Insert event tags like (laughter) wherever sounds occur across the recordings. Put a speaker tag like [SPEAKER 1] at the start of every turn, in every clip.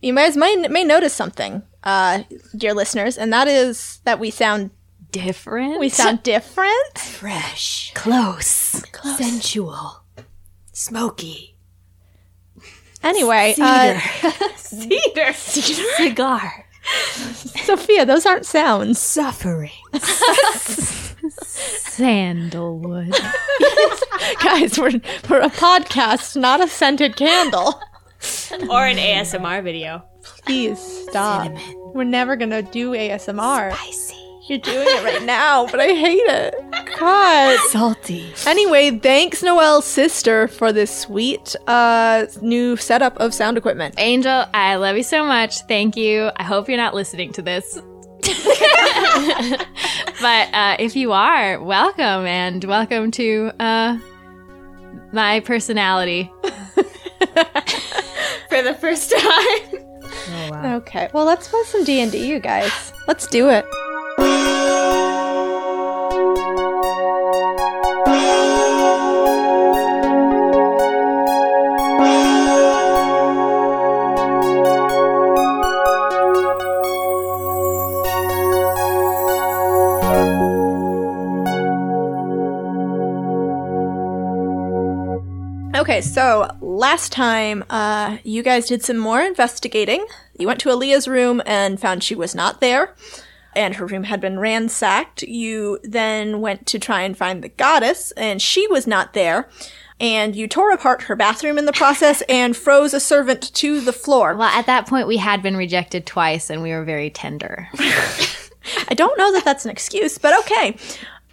[SPEAKER 1] You guys may, may notice something, uh, dear listeners, and that is that we sound
[SPEAKER 2] Different.
[SPEAKER 1] we sound different.
[SPEAKER 3] Fresh,
[SPEAKER 2] close.
[SPEAKER 3] sensual, smoky.
[SPEAKER 1] Anyway, uh, (laughs)
[SPEAKER 2] Cedar. Cedar. Cigar.
[SPEAKER 1] Sophia, those aren't
[SPEAKER 2] (laughs)
[SPEAKER 1] sounds.
[SPEAKER 3] Suffering.
[SPEAKER 2] Sandalwood.
[SPEAKER 1] guys, we're we're a podcast, not a scented candle.
[SPEAKER 4] or an ASMR video.
[SPEAKER 1] Please stop. We're never gonna do ASMR. You're doing it right now, but I hate it. God.
[SPEAKER 3] Salty.
[SPEAKER 1] Anyway, thanks Noelle's sister for this sweet uh new setup of sound equipment.
[SPEAKER 2] Angel, I love you so much. Thank you. I hope you're not listening to (laughs) this. but uh, if you are, welcome and welcome to uh, my personality.
[SPEAKER 4] For the
[SPEAKER 1] (laughs)
[SPEAKER 4] first time.
[SPEAKER 1] Okay. Well, let's play some D&D, you guys. Let's do it. Okay, so last time uh, you guys did some more investigating. You went to Aaliyah's room and found she was not there, and her room had been ransacked. You then went to try and find the goddess, and she was not there. And you tore apart her bathroom in the process and froze a servant to the floor.
[SPEAKER 2] Well, at that point, we had been rejected twice and we were very tender.
[SPEAKER 1] I don't know that that's an excuse, but okay.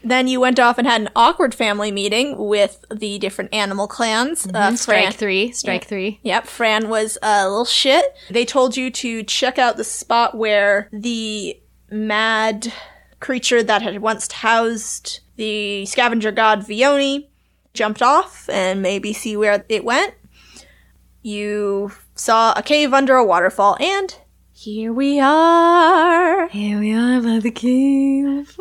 [SPEAKER 1] Then you went off and had an awkward family meeting with the different animal clans. Uh, Fran-
[SPEAKER 2] Strike three. Strike three.
[SPEAKER 1] Yep, Fran was a little shit. They told you to check out the spot where the mad creature that had once housed the scavenger god Vioni jumped off and maybe see where it went. You saw a cave under a waterfall, and here we are.
[SPEAKER 2] Here we are by the cave.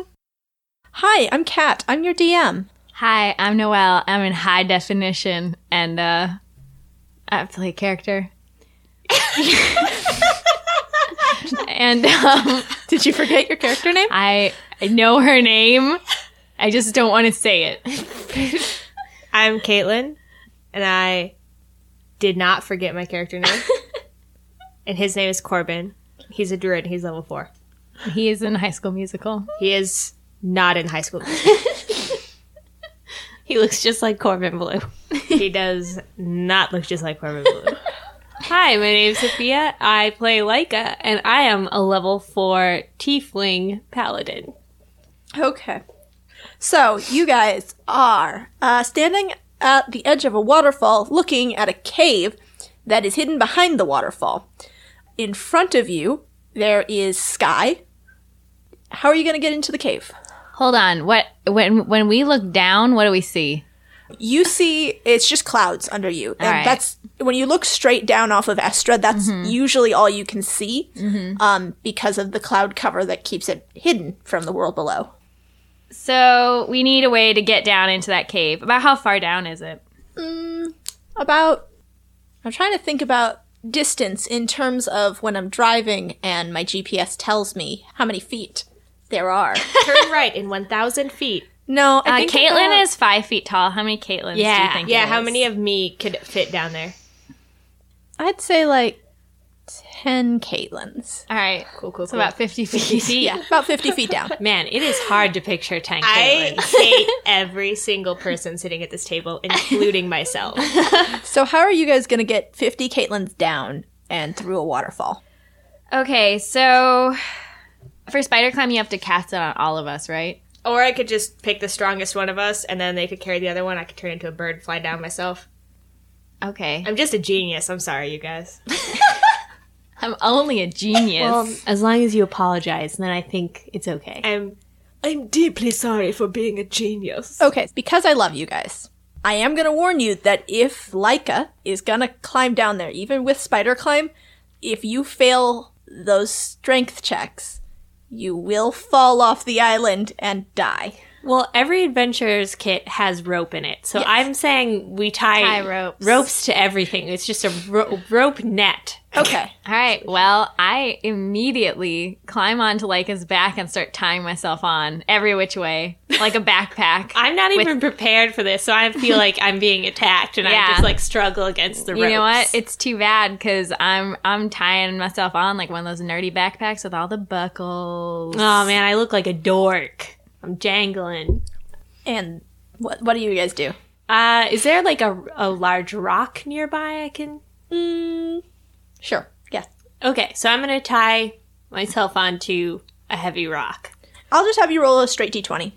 [SPEAKER 1] Hi, I'm Kat. I'm your DM.
[SPEAKER 2] Hi, I'm Noelle. I'm in high definition and uh, I play character. (laughs) and um,
[SPEAKER 1] Did you forget your character name?
[SPEAKER 2] I I know her name. I just don't want to say it.
[SPEAKER 4] I'm Caitlin, and I did not forget my character
[SPEAKER 5] (laughs)
[SPEAKER 4] name. and his name is Corbin. He's a druid. He's level four.
[SPEAKER 2] He is in High School Musical.
[SPEAKER 4] He is not in high school.
[SPEAKER 5] (laughs) He looks just like Corbin Blue.
[SPEAKER 4] he does not look just like Corbin Blue.
[SPEAKER 5] Hi, my name's Sophia. I play Leica, and I am a level four tiefling paladin.
[SPEAKER 1] (laughs) Okay. So, you guys are uh, standing at the edge of a waterfall looking at a cave that is hidden behind the waterfall. In front of you, there is sky. How are you going to get into the cave?
[SPEAKER 2] Hold on. What when when we look down, what do we see?
[SPEAKER 1] You see, it's just clouds under you. And
[SPEAKER 2] Alright.
[SPEAKER 1] that's when you look straight down off of Estra, that's usually all you can see um, because of the cloud cover that keeps it hidden from the world below.
[SPEAKER 2] So we need a way to get down into that cave. About how far down is it?
[SPEAKER 1] about I'm trying to think about distance in terms of when I'm driving and my GPS tells me how many feet there are.
[SPEAKER 4] Turn right in 1,000 feet.
[SPEAKER 1] (laughs) No,
[SPEAKER 2] Uh,
[SPEAKER 1] I think
[SPEAKER 2] Caitlin
[SPEAKER 1] about-
[SPEAKER 2] is five feet tall. How many Caitlins do you think?
[SPEAKER 4] Yeah,
[SPEAKER 2] it
[SPEAKER 4] how
[SPEAKER 2] is?
[SPEAKER 4] many of me could fit down there?
[SPEAKER 1] I'd say like ten Caitlins.
[SPEAKER 2] All right,
[SPEAKER 4] Cool, cool,
[SPEAKER 2] so about fifty feet.
[SPEAKER 1] Yeah, about fifty feet down.
[SPEAKER 5] Man, it is hard to picture Tank
[SPEAKER 4] I
[SPEAKER 5] Caitlin.
[SPEAKER 4] hate every single person sitting at this table, including myself.
[SPEAKER 1] (laughs) So how are you guys gonna get fifty Caitlins down and through a waterfall?
[SPEAKER 2] Okay, so for spider climb, you have to cast it on all of us, right?
[SPEAKER 4] Or I could just pick the strongest one of us, and then they could carry the other one. I could turn into a bird, and fly down myself.
[SPEAKER 2] Okay,
[SPEAKER 4] I'm just a genius. I'm sorry, you guys.
[SPEAKER 2] I'm only a genius.
[SPEAKER 5] as long as you apologize, then I think it's okay.
[SPEAKER 4] I'm, I'm deeply sorry for being a genius.
[SPEAKER 1] Okay, because I love you guys, I am gonna warn you that if Leica is gonna climb down there, even with spider climb, if you fail those strength checks, you will fall off the island and die.
[SPEAKER 5] Well, every adventurer's kit has rope in it, so I'm saying we tie,
[SPEAKER 2] Tie ropes.
[SPEAKER 5] ropes to everything. It's just a ro- rope net.
[SPEAKER 1] Okay.
[SPEAKER 2] All right. Well, I immediately climb onto Leica's back and start tying myself on every which way, like a backpack.
[SPEAKER 5] I'm not even prepared for this, so
[SPEAKER 4] (laughs)
[SPEAKER 5] I feel like I'm being attacked, and
[SPEAKER 2] Yeah.
[SPEAKER 5] I just like struggle against the ropes.
[SPEAKER 2] you know what? It's too bad because I'm I'm tying myself on like one of those nerdy backpacks with all the buckles.
[SPEAKER 5] oh man, I look like a dork. I'm jangling.
[SPEAKER 1] And what what do you guys do?
[SPEAKER 5] Uh, is there like a, a large rock nearby I can?
[SPEAKER 1] Sure. Yeah.
[SPEAKER 5] Okay, so I'm gonna tie myself onto a heavy rock.
[SPEAKER 1] I'll just have you roll a straight d20.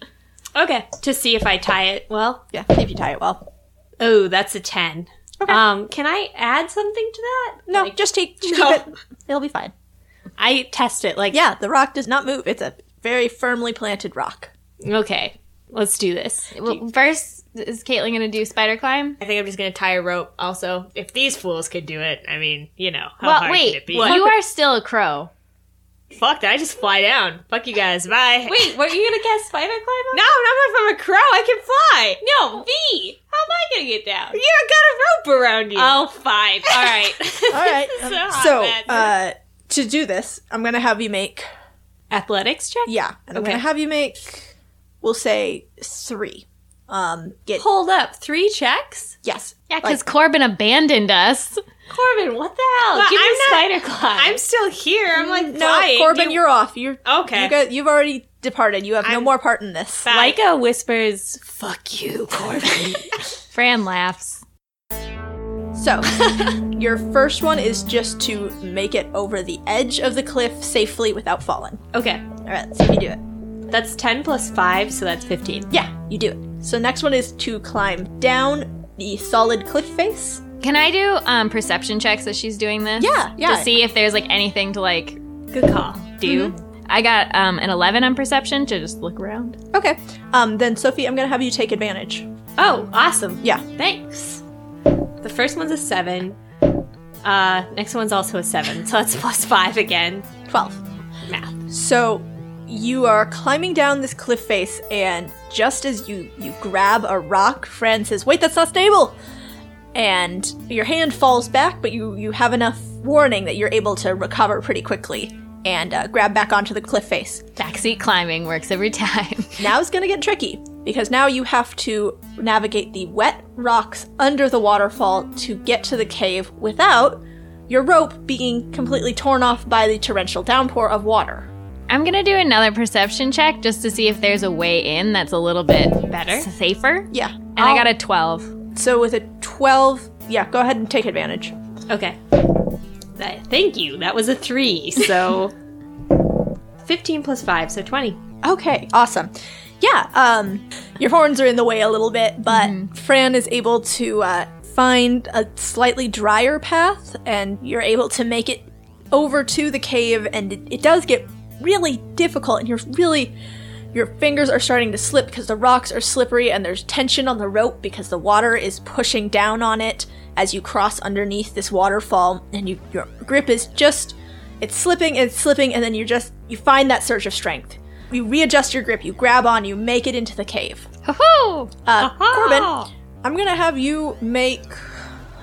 [SPEAKER 5] Okay, to see if I tie it well.
[SPEAKER 1] Yeah, if you tie it well.
[SPEAKER 5] Oh, that's a ten. Um, can I add something to that?
[SPEAKER 1] No,
[SPEAKER 5] Like,
[SPEAKER 1] just take just
[SPEAKER 5] No.
[SPEAKER 1] keep it. It'll be fine.
[SPEAKER 5] I test it. Like,
[SPEAKER 1] Yeah, the rock does not move. It's a very firmly planted rock.
[SPEAKER 5] okay, let's do this.
[SPEAKER 2] Well, first is Caitlin gonna do spider climb?
[SPEAKER 4] I think I'm just gonna tie a rope. Also, if these fools could do it, I mean, you know, how
[SPEAKER 2] well,
[SPEAKER 4] hard
[SPEAKER 2] wait.
[SPEAKER 4] could it be?
[SPEAKER 2] You are still a crow.
[SPEAKER 4] Fuck that! I just fly down. Fuck you guys. Bye.
[SPEAKER 5] Wait, were you gonna guess spider climb?
[SPEAKER 4] No, not if I'm a crow. I can fly.
[SPEAKER 5] No, V. How am I gonna get down?
[SPEAKER 4] You got a rope around you.
[SPEAKER 5] Oh, fine. All (laughs) right.
[SPEAKER 1] All right.
[SPEAKER 5] hot,
[SPEAKER 1] so,
[SPEAKER 5] man.
[SPEAKER 1] uh, to do this, I'm gonna have you make
[SPEAKER 5] Athletics check.
[SPEAKER 1] yeah. And I'm
[SPEAKER 5] Okay.
[SPEAKER 1] gonna have you make. We'll say three. Um, get
[SPEAKER 5] Hold up, three checks.
[SPEAKER 1] yes.
[SPEAKER 2] Yeah, because Corbin abandoned us.
[SPEAKER 5] Corbin, what the hell?
[SPEAKER 4] Well,
[SPEAKER 5] Give
[SPEAKER 4] I'm
[SPEAKER 5] me spider climb.
[SPEAKER 4] I'm still here. I'm like
[SPEAKER 1] no,
[SPEAKER 4] flying.
[SPEAKER 1] Corbin, you,
[SPEAKER 4] You-
[SPEAKER 1] are off. You're
[SPEAKER 4] okay.
[SPEAKER 1] You got, you've already departed. You have no
[SPEAKER 4] I'm-
[SPEAKER 1] more part in this.
[SPEAKER 4] Bye.
[SPEAKER 5] Leica whispers, "Fuck you, Corbin."
[SPEAKER 2] Fran laughs.
[SPEAKER 4] (laughs)
[SPEAKER 1] So, your first one is just to make it over the edge of the cliff safely without falling.
[SPEAKER 5] (laughs) okay,
[SPEAKER 1] All right, so you do it.
[SPEAKER 5] that's ten plus five, so that's fifteen.
[SPEAKER 1] Yeah, you do it. So next one is to climb down the solid cliff face.
[SPEAKER 2] Can I do um, perception checks as she's doing this?
[SPEAKER 1] Yeah, yeah.
[SPEAKER 2] To see if there's like anything to like
[SPEAKER 5] Good call.
[SPEAKER 2] do.
[SPEAKER 5] Mm-hmm.
[SPEAKER 2] I got um, an 11 on perception to just look around.
[SPEAKER 1] Okay. Um, then Sophie, I'm gonna have you take advantage.
[SPEAKER 5] Oh, awesome.
[SPEAKER 1] Yeah.
[SPEAKER 5] Thanks. The first one's a seven. Uh, next one's also a seven, so that's (laughs) plus five again.
[SPEAKER 1] 12.
[SPEAKER 5] Math.
[SPEAKER 1] So you are climbing down this cliff face, and just as you, you grab a rock, Fran says, Wait, that's not stable! And your hand falls back, but you, you have enough warning that you're able to recover pretty quickly and uh, grab back onto the cliff face.
[SPEAKER 2] Backseat climbing works every (laughs) time.
[SPEAKER 1] Now it's going to get tricky because now you have to navigate the wet rocks under the waterfall to get to the cave without your rope being completely torn off by the torrential downpour of water.
[SPEAKER 2] I'm gonna do another perception check just to see if there's a way in that's a little bit
[SPEAKER 5] Better?
[SPEAKER 2] safer.
[SPEAKER 1] Yeah.
[SPEAKER 2] And I got a 12.
[SPEAKER 1] So with a 12, yeah, go ahead and take advantage.
[SPEAKER 5] Okay. Th- thank you. That was a
[SPEAKER 4] (laughs)
[SPEAKER 5] three, so fifteen plus five, so twenty.
[SPEAKER 1] Okay, awesome. Yeah, um, your horns are in the way a little bit, but Fran is able to uh, find a slightly drier path, and you're able to make it over to the cave. And it, it does get really difficult, and you're really your fingers are starting to slip because the rocks are slippery, and there's tension on the rope because the water is pushing down on it as you cross underneath this waterfall, and you, your grip is just it's slipping and it's slipping, and then you just you find that surge of strength. You readjust your grip, you grab on, you make it into the cave.
[SPEAKER 2] Ho-ho!
[SPEAKER 1] Uh, Corbin, I'm gonna have you make,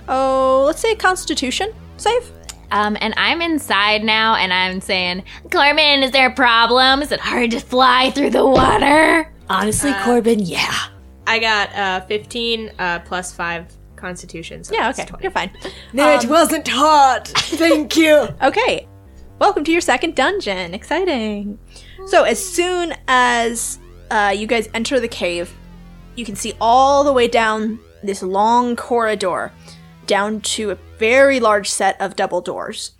[SPEAKER 1] oh, let's say a Constitution save.
[SPEAKER 2] Um, and I'm inside now and I'm saying, Corbin, is there a problem? Is it hard to fly through the water?
[SPEAKER 3] Honestly,
[SPEAKER 5] Uh,
[SPEAKER 3] Corbin, yeah.
[SPEAKER 4] I got uh, 15 uh, plus 5 constitution. So
[SPEAKER 1] Yeah,
[SPEAKER 4] that's
[SPEAKER 1] okay,
[SPEAKER 4] 20.
[SPEAKER 1] you're fine.
[SPEAKER 5] Um,
[SPEAKER 3] It wasn't hard. Thank you.
[SPEAKER 1] Okay. Welcome to your second dungeon. Exciting. So, as soon as uh, you guys enter the cave, you can see all the way down this long corridor down to a very large set of double doors.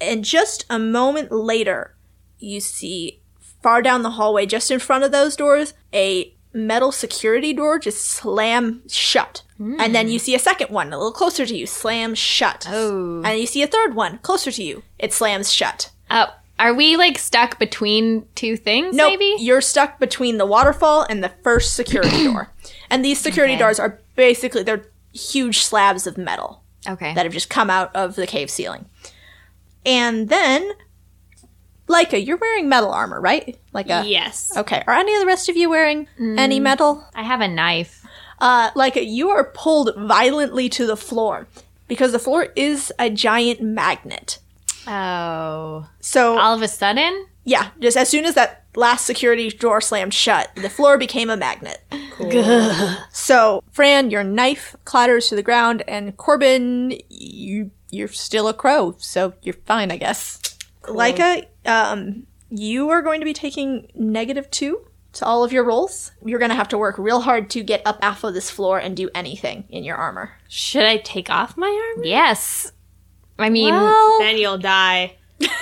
[SPEAKER 1] And just a moment later, you see far down the hallway, just in front of those doors, a metal security door just slam shut. And then you see a second one a little closer to you, slam shut.
[SPEAKER 2] Hmm. Oh.
[SPEAKER 1] And you see a third one closer to you. It slams shut.
[SPEAKER 2] Uh, are we like stuck between two things
[SPEAKER 1] No,
[SPEAKER 2] maybe?
[SPEAKER 1] you're stuck between the waterfall and the first
[SPEAKER 2] (clears throat)
[SPEAKER 1] security door. And these security doors are basically they're huge slabs of metal
[SPEAKER 2] okay.
[SPEAKER 1] that have just come out of the cave ceiling. And then Leica, you're wearing metal armor, right? Leica.
[SPEAKER 4] Yes.
[SPEAKER 1] Okay. Are any of the rest of you wearing any metal?
[SPEAKER 2] I have a knife.
[SPEAKER 1] Uh, Leica, you are pulled violently to the floor because the floor is a giant magnet.
[SPEAKER 2] Oh.
[SPEAKER 1] So
[SPEAKER 2] All of a sudden?
[SPEAKER 1] yeah, just as soon as that last security door slammed shut, the floor became a magnet. so Fran, your knife clatters to the ground, and Corbin, you you're still a crow, so you're fine, I guess. Leica, um, you are going to be taking negative two to all of your rolls. You're going to have to work real hard to get up off of this floor and do anything in your armor.
[SPEAKER 5] Should I take off my armor?
[SPEAKER 2] Yes. I mean,
[SPEAKER 4] Then you'll die.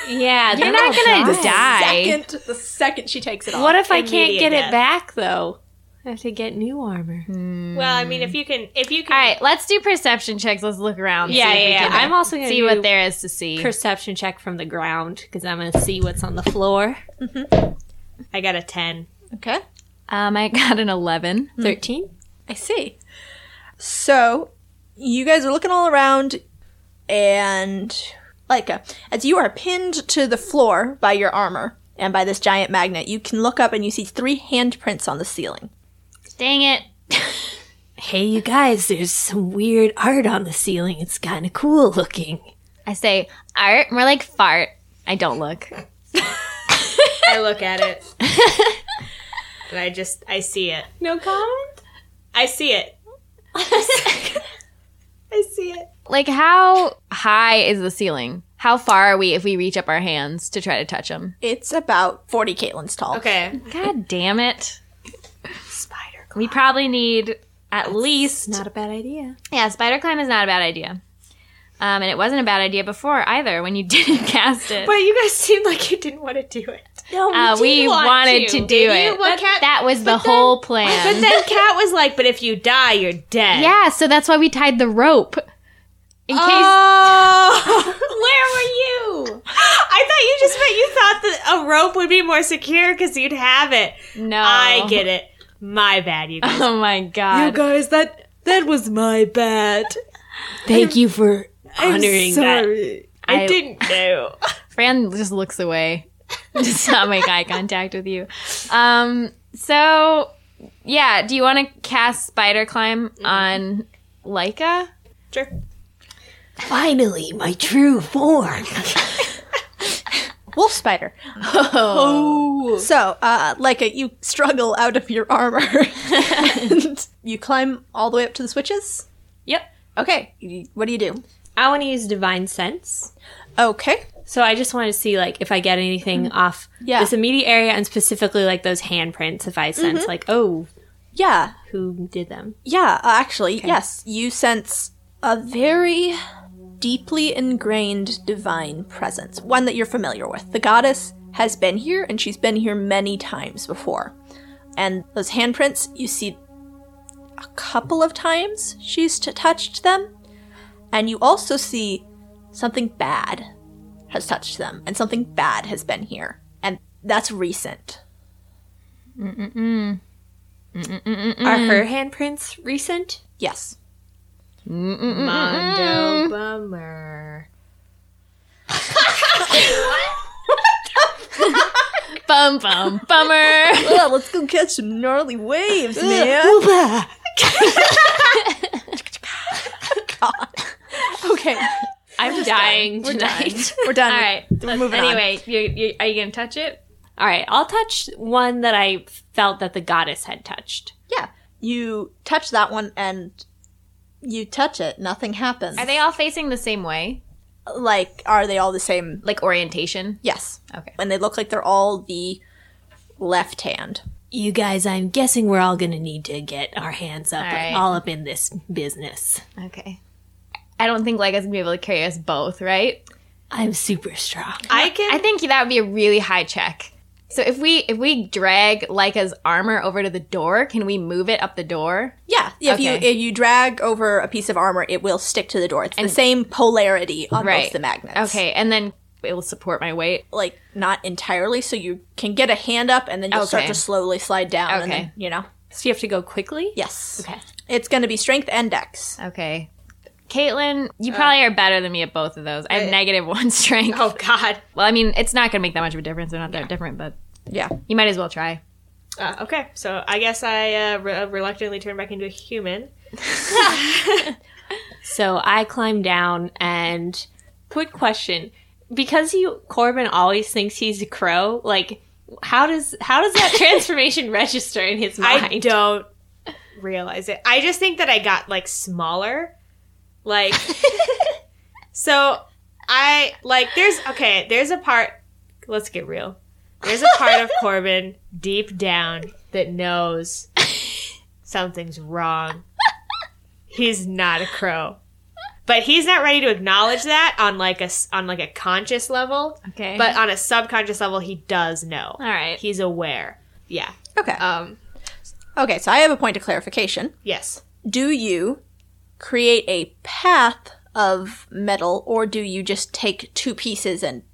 [SPEAKER 5] Yeah,
[SPEAKER 2] you're not going to die.
[SPEAKER 1] Second, the second she takes it off.
[SPEAKER 5] (laughs) What if I can't
[SPEAKER 4] Immediate
[SPEAKER 5] get
[SPEAKER 4] death.
[SPEAKER 5] it back though? I have to get new armor.
[SPEAKER 4] Hmm. Well, I mean, if you can, if you can,
[SPEAKER 2] All right, let's do perception checks. Let's look around. see
[SPEAKER 5] Yeah,
[SPEAKER 2] if
[SPEAKER 5] yeah,
[SPEAKER 2] we
[SPEAKER 5] yeah.
[SPEAKER 2] can uh,
[SPEAKER 5] I'm also gonna
[SPEAKER 2] see
[SPEAKER 5] do
[SPEAKER 2] what there is to see.
[SPEAKER 5] Perception check from the ground because I'm gonna see what's on the floor.
[SPEAKER 4] Mm-hmm. I got a ten.
[SPEAKER 1] Okay.
[SPEAKER 2] Um, I got an eleven.
[SPEAKER 5] Thirteen.
[SPEAKER 1] I see. So, you guys are looking all around, and Leica, as you are pinned to the floor by your armor and by this giant magnet, you can look up and you see three handprints on the ceiling.
[SPEAKER 2] Dang it!
[SPEAKER 5] (laughs) Hey, you guys, there's some weird art on the ceiling. It's kind of cool looking.
[SPEAKER 2] I say art, more like fart. I don't look.
[SPEAKER 4] I look at it, and I just I see it.
[SPEAKER 5] No comment.
[SPEAKER 4] I see it. I see it.
[SPEAKER 2] Like, how high is the ceiling? How far are we if we reach up our hands to try to touch them?
[SPEAKER 1] It's about 40 Caitlin's tall.
[SPEAKER 4] Okay.
[SPEAKER 2] God damn it! Spider. We probably need at least
[SPEAKER 5] Not a bad idea.
[SPEAKER 2] Yeah, spider climb is not a bad idea. Um, and it wasn't a bad idea before either when you (laughs) didn't cast it.
[SPEAKER 4] But you guys seemed like you didn't want to do it.
[SPEAKER 2] uh, we
[SPEAKER 5] want
[SPEAKER 2] wanted to,
[SPEAKER 5] to.
[SPEAKER 2] do
[SPEAKER 4] But you-
[SPEAKER 2] it.
[SPEAKER 4] what cat-
[SPEAKER 2] that was the whole plan.
[SPEAKER 4] But then Kat was like, "But if you die, you're dead."
[SPEAKER 2] yeah, so that's why we tied the rope. In
[SPEAKER 4] Uh,
[SPEAKER 2] case
[SPEAKER 4] Oh, (laughs) where were you? I thought you just meant you thought that a rope would be more secure because you'd have it.
[SPEAKER 2] no,
[SPEAKER 4] I get it. My bad, you
[SPEAKER 2] (laughs)
[SPEAKER 4] guys.
[SPEAKER 2] Oh my god!
[SPEAKER 3] guys, that that was my bad.
[SPEAKER 5] Thank you (laughs) for honoring that.
[SPEAKER 4] I,
[SPEAKER 2] I-
[SPEAKER 4] didn't know.
[SPEAKER 2] Fran just looks away, (laughs) does not make eye contact with you. Um, so yeah, do you want to cast spider climb on Leica?
[SPEAKER 4] Sure.
[SPEAKER 5] Finally, my true form. (laughs)
[SPEAKER 1] Wolf spider. Oh. (laughs) So, uh, Leica, you struggle out of your armor. (laughs) and you climb all the way up to the switches?
[SPEAKER 5] (laughs) Yep.
[SPEAKER 1] Okay. You- What do you do?
[SPEAKER 5] I want to use divine sense.
[SPEAKER 1] Okay.
[SPEAKER 5] So I just want to see like if I get anything
[SPEAKER 4] Mm-hmm.
[SPEAKER 5] off
[SPEAKER 1] Yeah.
[SPEAKER 5] this immediate area and specifically like those handprints if I sense
[SPEAKER 4] Mm-hmm.
[SPEAKER 5] like oh
[SPEAKER 1] Yeah.
[SPEAKER 5] who did them.
[SPEAKER 1] Yeah, uh, actually, yes. You sense a very deeply ingrained divine presence, one that you're familiar with. The goddess has been here, and she's been here many times before. And those handprints, you see a couple of times she's t- touched them. And you also see something bad has touched them, and something bad has been here. And that's recent.
[SPEAKER 5] Are
[SPEAKER 4] Mm-hmm.
[SPEAKER 5] her handprints recent?
[SPEAKER 1] Yes.
[SPEAKER 4] Mondo bummer.
[SPEAKER 2] (laughs) Bum bum bummer.
[SPEAKER 1] (laughs) Well, let's go catch some gnarly (laughs) waves, man. okay,
[SPEAKER 5] I'm dying tonight.
[SPEAKER 1] we're done.
[SPEAKER 2] All right.
[SPEAKER 1] we're moving on.
[SPEAKER 2] anyway, You, you, are you gonna touch it?
[SPEAKER 5] All right, I'll touch one that I felt that the goddess had touched.
[SPEAKER 1] Yeah, you touch that one and you touch it. Nothing happens.
[SPEAKER 2] Are they all facing the same way,
[SPEAKER 1] like, are they all the same?
[SPEAKER 2] like orientation?
[SPEAKER 1] Yes.
[SPEAKER 2] Okay.
[SPEAKER 1] And they look like they're all the left hand.
[SPEAKER 5] You guys, I'm guessing we're all gonna need to get our hands up,
[SPEAKER 2] All right.
[SPEAKER 5] all up in this business.
[SPEAKER 2] Okay. I don't think Leica's gonna be able to carry us both, right?
[SPEAKER 5] I'm super strong.
[SPEAKER 4] I can.
[SPEAKER 2] I think that would be a really high check. So if we if we drag Leica's armor over to the door, can we move it up the door?
[SPEAKER 1] Yeah. If you
[SPEAKER 2] Okay.
[SPEAKER 1] if you drag over a piece of armor, it will stick to the door. It's the same polarity on
[SPEAKER 2] Right.
[SPEAKER 1] both the magnets.
[SPEAKER 2] Okay, and then it will support my weight.
[SPEAKER 1] Like not entirely, so you can get a hand up and then you'll start
[SPEAKER 2] Okay.
[SPEAKER 1] to slowly slide down. And
[SPEAKER 2] Okay.
[SPEAKER 1] then, you know.
[SPEAKER 5] So you have to go quickly.
[SPEAKER 1] Yes.
[SPEAKER 5] Okay.
[SPEAKER 1] It's going to be strength and dex.
[SPEAKER 2] Okay. Caitlin,
[SPEAKER 5] Uh,
[SPEAKER 2] you probably are better than me at both of those. I have negative (laughs) one strength.
[SPEAKER 4] Oh God.
[SPEAKER 2] Well, I mean, it's not going to make that much of a difference. They're not that different, but
[SPEAKER 1] Yeah.
[SPEAKER 2] you might as well try.
[SPEAKER 4] Uh,
[SPEAKER 5] (laughs)
[SPEAKER 4] okay, so I guess I uh, re- reluctantly turn back into a human.
[SPEAKER 5] (laughs) So I climb down and quick question. Because you Corbin always thinks he's a crow, like how does how
[SPEAKER 4] (laughs)
[SPEAKER 5] does that transformation register in his mind?
[SPEAKER 4] I don't realize it. I just think that I got like smaller.
[SPEAKER 5] (laughs)
[SPEAKER 4] Like so I like there's okay, there's a part let's get real. There's a part of Corbin deep down that knows something's wrong. He's not a crow. But he's not ready to acknowledge that on like a s- on like a conscious level,
[SPEAKER 2] Okay.
[SPEAKER 4] but on a subconscious level he does know.
[SPEAKER 2] all right.
[SPEAKER 4] He's aware. Yeah.
[SPEAKER 1] Okay.
[SPEAKER 2] Uh,
[SPEAKER 4] Um
[SPEAKER 1] okay, so I have a point of clarification.
[SPEAKER 4] yes.
[SPEAKER 1] Do you create a path of metal or do you just take two pieces and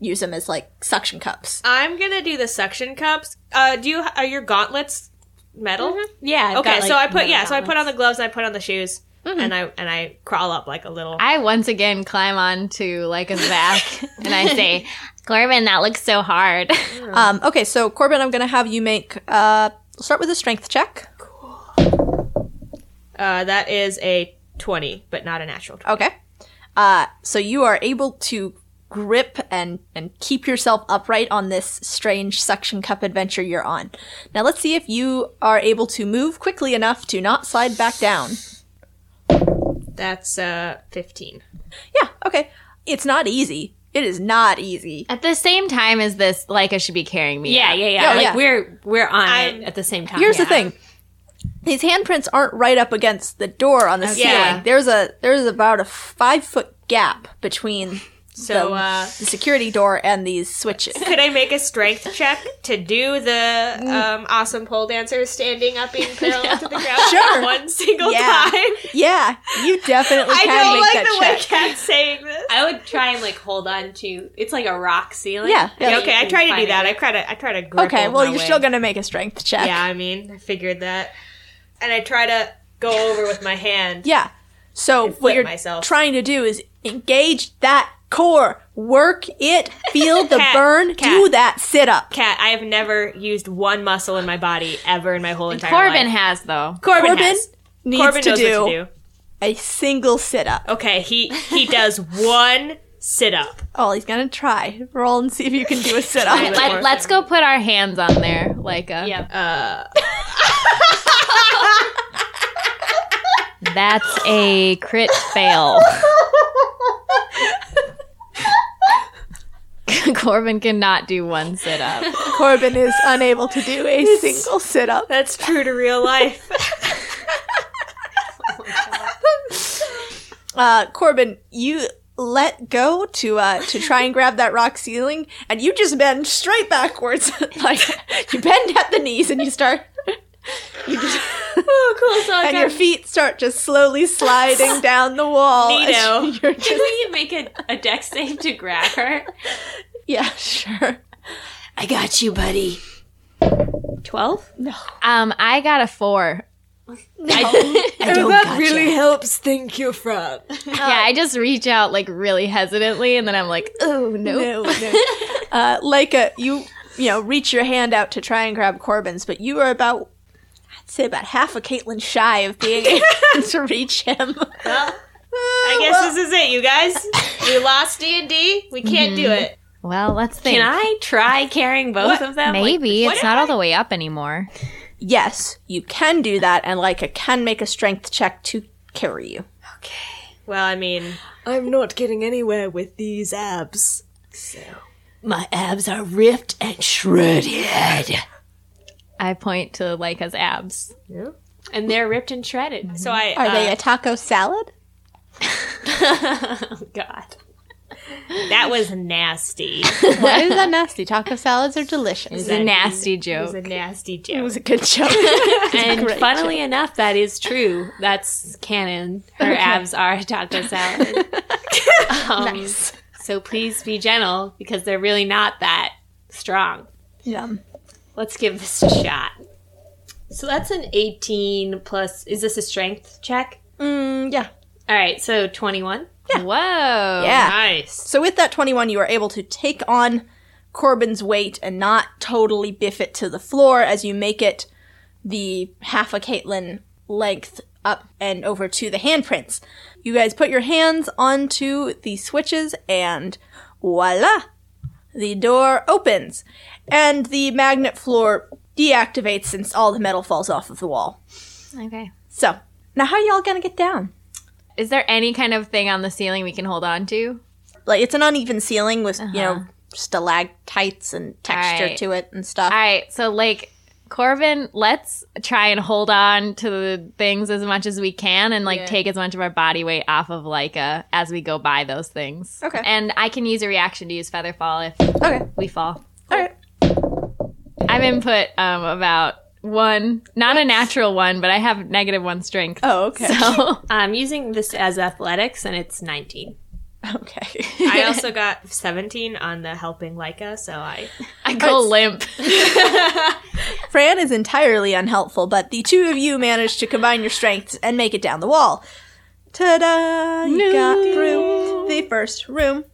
[SPEAKER 1] use them as like suction cups?
[SPEAKER 4] I'm gonna do the suction cups. Uh, do you are your gauntlets metal?
[SPEAKER 5] yeah. Mm-hmm. I've
[SPEAKER 4] Okay,
[SPEAKER 5] got, like,
[SPEAKER 4] so I put
[SPEAKER 5] metal
[SPEAKER 4] yeah, so I put
[SPEAKER 5] gauntlets. Mm-hmm.
[SPEAKER 4] on the gloves and I put on the shoes and I and I crawl up like a little.
[SPEAKER 2] I once again climb onto like a
[SPEAKER 5] (laughs)
[SPEAKER 2] back and I say, Corbin, that looks so hard. (laughs)
[SPEAKER 1] Um, okay, so Corbin, I'm gonna have you make uh start with a strength check.
[SPEAKER 4] Uh, that is a twenty, but not a natural. 20.
[SPEAKER 1] Okay. Uh, so you are able to grip and and keep yourself upright on this strange suction cup adventure you're on. Now let's see if you are able to move quickly enough to not slide back down.
[SPEAKER 4] That's uh fifteen.
[SPEAKER 1] Yeah, okay. It's not easy. It is not easy.
[SPEAKER 2] At the same time as this, Leica should be carrying me.
[SPEAKER 5] Yeah,
[SPEAKER 2] out.
[SPEAKER 5] yeah, yeah.
[SPEAKER 1] Yeah,
[SPEAKER 5] like
[SPEAKER 1] yeah.
[SPEAKER 5] we're we're on
[SPEAKER 4] I'm-
[SPEAKER 5] it at the same time. (laughs)
[SPEAKER 1] Here's
[SPEAKER 5] yeah.
[SPEAKER 1] the thing. These handprints aren't right up against the door on the ceiling.
[SPEAKER 4] Yeah.
[SPEAKER 1] There's a there's about a five foot gap between
[SPEAKER 4] So
[SPEAKER 1] the,
[SPEAKER 4] uh,
[SPEAKER 1] the security door and these
[SPEAKER 4] (laughs)
[SPEAKER 1] switches.
[SPEAKER 4] could I make a strength check to do the um awesome pole dancer standing up
[SPEAKER 5] (laughs)
[SPEAKER 4] being parallel to the ground
[SPEAKER 1] Sure.
[SPEAKER 4] one single
[SPEAKER 1] Yeah.
[SPEAKER 4] time?
[SPEAKER 1] yeah, you definitely
[SPEAKER 4] I
[SPEAKER 1] can
[SPEAKER 4] don't
[SPEAKER 1] make that
[SPEAKER 4] like the
[SPEAKER 1] check.
[SPEAKER 4] (laughs) way Kat's saying this.
[SPEAKER 5] I would try and like hold on to it's like a rock ceiling.
[SPEAKER 1] Yeah, yeah.
[SPEAKER 5] And
[SPEAKER 4] okay,
[SPEAKER 5] you
[SPEAKER 4] I
[SPEAKER 5] can
[SPEAKER 4] try to
[SPEAKER 5] find
[SPEAKER 4] do
[SPEAKER 5] a
[SPEAKER 4] that. I
[SPEAKER 5] grip.
[SPEAKER 4] try to I try to grip.
[SPEAKER 1] Okay,
[SPEAKER 4] hold
[SPEAKER 1] well,
[SPEAKER 4] my
[SPEAKER 1] you're
[SPEAKER 4] way.
[SPEAKER 1] still gonna make a strength check.
[SPEAKER 4] Yeah, I mean, I figured that. And I try to go over with my hand.
[SPEAKER 1] Yeah. So what
[SPEAKER 4] flip
[SPEAKER 1] you're
[SPEAKER 4] myself.
[SPEAKER 1] trying to do is engage that core, work it, feel the
[SPEAKER 4] (laughs) Cat,
[SPEAKER 1] burn,
[SPEAKER 4] cat.
[SPEAKER 1] do that sit up.
[SPEAKER 4] Cat, I have never used one muscle in my body ever in my whole entire
[SPEAKER 2] Corbin
[SPEAKER 4] life.
[SPEAKER 2] has though.
[SPEAKER 4] Corbin,
[SPEAKER 1] Corbin
[SPEAKER 4] has.
[SPEAKER 1] Needs
[SPEAKER 4] Corbin
[SPEAKER 1] to,
[SPEAKER 4] knows
[SPEAKER 1] do
[SPEAKER 4] what to do.
[SPEAKER 1] a single sit up.
[SPEAKER 4] Okay, he
[SPEAKER 5] (laughs)
[SPEAKER 4] he does one sit up.
[SPEAKER 1] Oh, he's gonna try. Roll and see if you can do a sit up.
[SPEAKER 4] Let-
[SPEAKER 2] Let, us go put our hands on there, Leica.
[SPEAKER 5] Yep.
[SPEAKER 4] Uh,
[SPEAKER 2] That's a crit fail. Corbin cannot do one sit up.
[SPEAKER 1] Corbin is unable to do a single sit up.
[SPEAKER 4] That's true to real
[SPEAKER 5] (laughs)
[SPEAKER 4] life.
[SPEAKER 1] Uh, Corbin, you let go to uh, to try and grab that rock ceiling, and you just bend straight backwards, (laughs) like you bend at the knees, and you start. You just,
[SPEAKER 4] oh, cool. So I
[SPEAKER 1] and your
[SPEAKER 4] got
[SPEAKER 1] feet start just slowly sliding down the wall.
[SPEAKER 4] Neato.
[SPEAKER 1] as You're
[SPEAKER 5] Can
[SPEAKER 1] just,
[SPEAKER 5] we (laughs) make a, a deck save to grab her?
[SPEAKER 1] (laughs) yeah, sure.
[SPEAKER 5] I got you, buddy. Twelve?
[SPEAKER 2] Um, I got a four.
[SPEAKER 3] Oh, that really helps. Thank you, Fran.
[SPEAKER 2] yeah, I just reach out like really hesitantly, and then I'm like,
[SPEAKER 1] (laughs)
[SPEAKER 2] oh no.
[SPEAKER 1] No, no. (laughs) uh, Leica, you you know reach your hand out to try and grab Corbin's, but you are about I'd say about half a Caitlin shy of (laughs) being able to reach him.
[SPEAKER 4] I guess this is it, you
[SPEAKER 5] (laughs)
[SPEAKER 4] guys. We lost D and D. We can't do
[SPEAKER 5] Mm-hmm.
[SPEAKER 4] it.
[SPEAKER 2] Well, let's think.
[SPEAKER 5] Can I try carrying both of them? Like,
[SPEAKER 2] Maybe
[SPEAKER 5] what
[SPEAKER 2] it's
[SPEAKER 5] if
[SPEAKER 2] not
[SPEAKER 5] I-
[SPEAKER 2] all the way up anymore.
[SPEAKER 1] Yes, you can do that, and Leica can make a strength check to carry you.
[SPEAKER 4] Well, I mean,
[SPEAKER 3] I'm not getting anywhere with these abs.
[SPEAKER 6] My abs are ripped and shredded.
[SPEAKER 2] I point to Leica's abs.
[SPEAKER 5] And they're ripped and shredded. Oh,
[SPEAKER 4] so I
[SPEAKER 1] Are
[SPEAKER 4] uh,
[SPEAKER 1] they a taco salad?
[SPEAKER 5] God.
[SPEAKER 4] that was nasty.
[SPEAKER 1] Why is (laughs) that nasty? Taco salads are delicious.
[SPEAKER 2] It's a nasty
[SPEAKER 4] It was (laughs)
[SPEAKER 2] joke.
[SPEAKER 4] a nasty joke.
[SPEAKER 1] It was a good joke.
[SPEAKER 5] And
[SPEAKER 1] great
[SPEAKER 5] funnily enough, that is true. That's canon. Her abs are a taco salad.
[SPEAKER 1] (laughs)
[SPEAKER 5] um, nice. So please be gentle because they're really not that strong.
[SPEAKER 1] (laughs) Yum.
[SPEAKER 5] Let's give this a shot. So that's an 18 plus. Is this a strength check?
[SPEAKER 1] Mm, yeah.
[SPEAKER 5] All right, so 21.
[SPEAKER 2] Whoa.
[SPEAKER 1] Yeah.
[SPEAKER 4] Nice.
[SPEAKER 1] So with that 21, you are able to take on Corbin's weight and not totally biff it to the floor as you make it the half a Caitlin length up and over to the handprints. You guys put your hands onto the switches and voila! The door opens and the magnet floor deactivates since all the metal falls off of the wall.
[SPEAKER 2] Okay.
[SPEAKER 1] So, now how y'all gonna get down?
[SPEAKER 2] Is there any kind of thing on the ceiling we can hold on to?
[SPEAKER 1] like it's an uneven ceiling with you know stalactites and texture
[SPEAKER 2] Alright.
[SPEAKER 1] to it and stuff.
[SPEAKER 2] All right. So, like, Corbin, let's try and hold on to the things as much as we can and, like, take as much of our body weight off of Leica as we go by those things.
[SPEAKER 1] Okay.
[SPEAKER 2] And I can use a reaction to use Feather Fall if
[SPEAKER 1] okay,
[SPEAKER 2] we fall.
[SPEAKER 1] all right.
[SPEAKER 2] I've input um, about one, not a natural one, but I have negative one strength.
[SPEAKER 1] Oh, okay.
[SPEAKER 2] (laughs) So,
[SPEAKER 5] I'm using this as athletics, and it's 19.
[SPEAKER 1] (laughs) okay. (laughs)
[SPEAKER 4] I also got 17 on the helping Leica, so I.
[SPEAKER 2] I go limp.
[SPEAKER 1] Fran is entirely unhelpful, but the two of you manage to combine your strengths and make it down the wall. Ta-da! You got through the first room.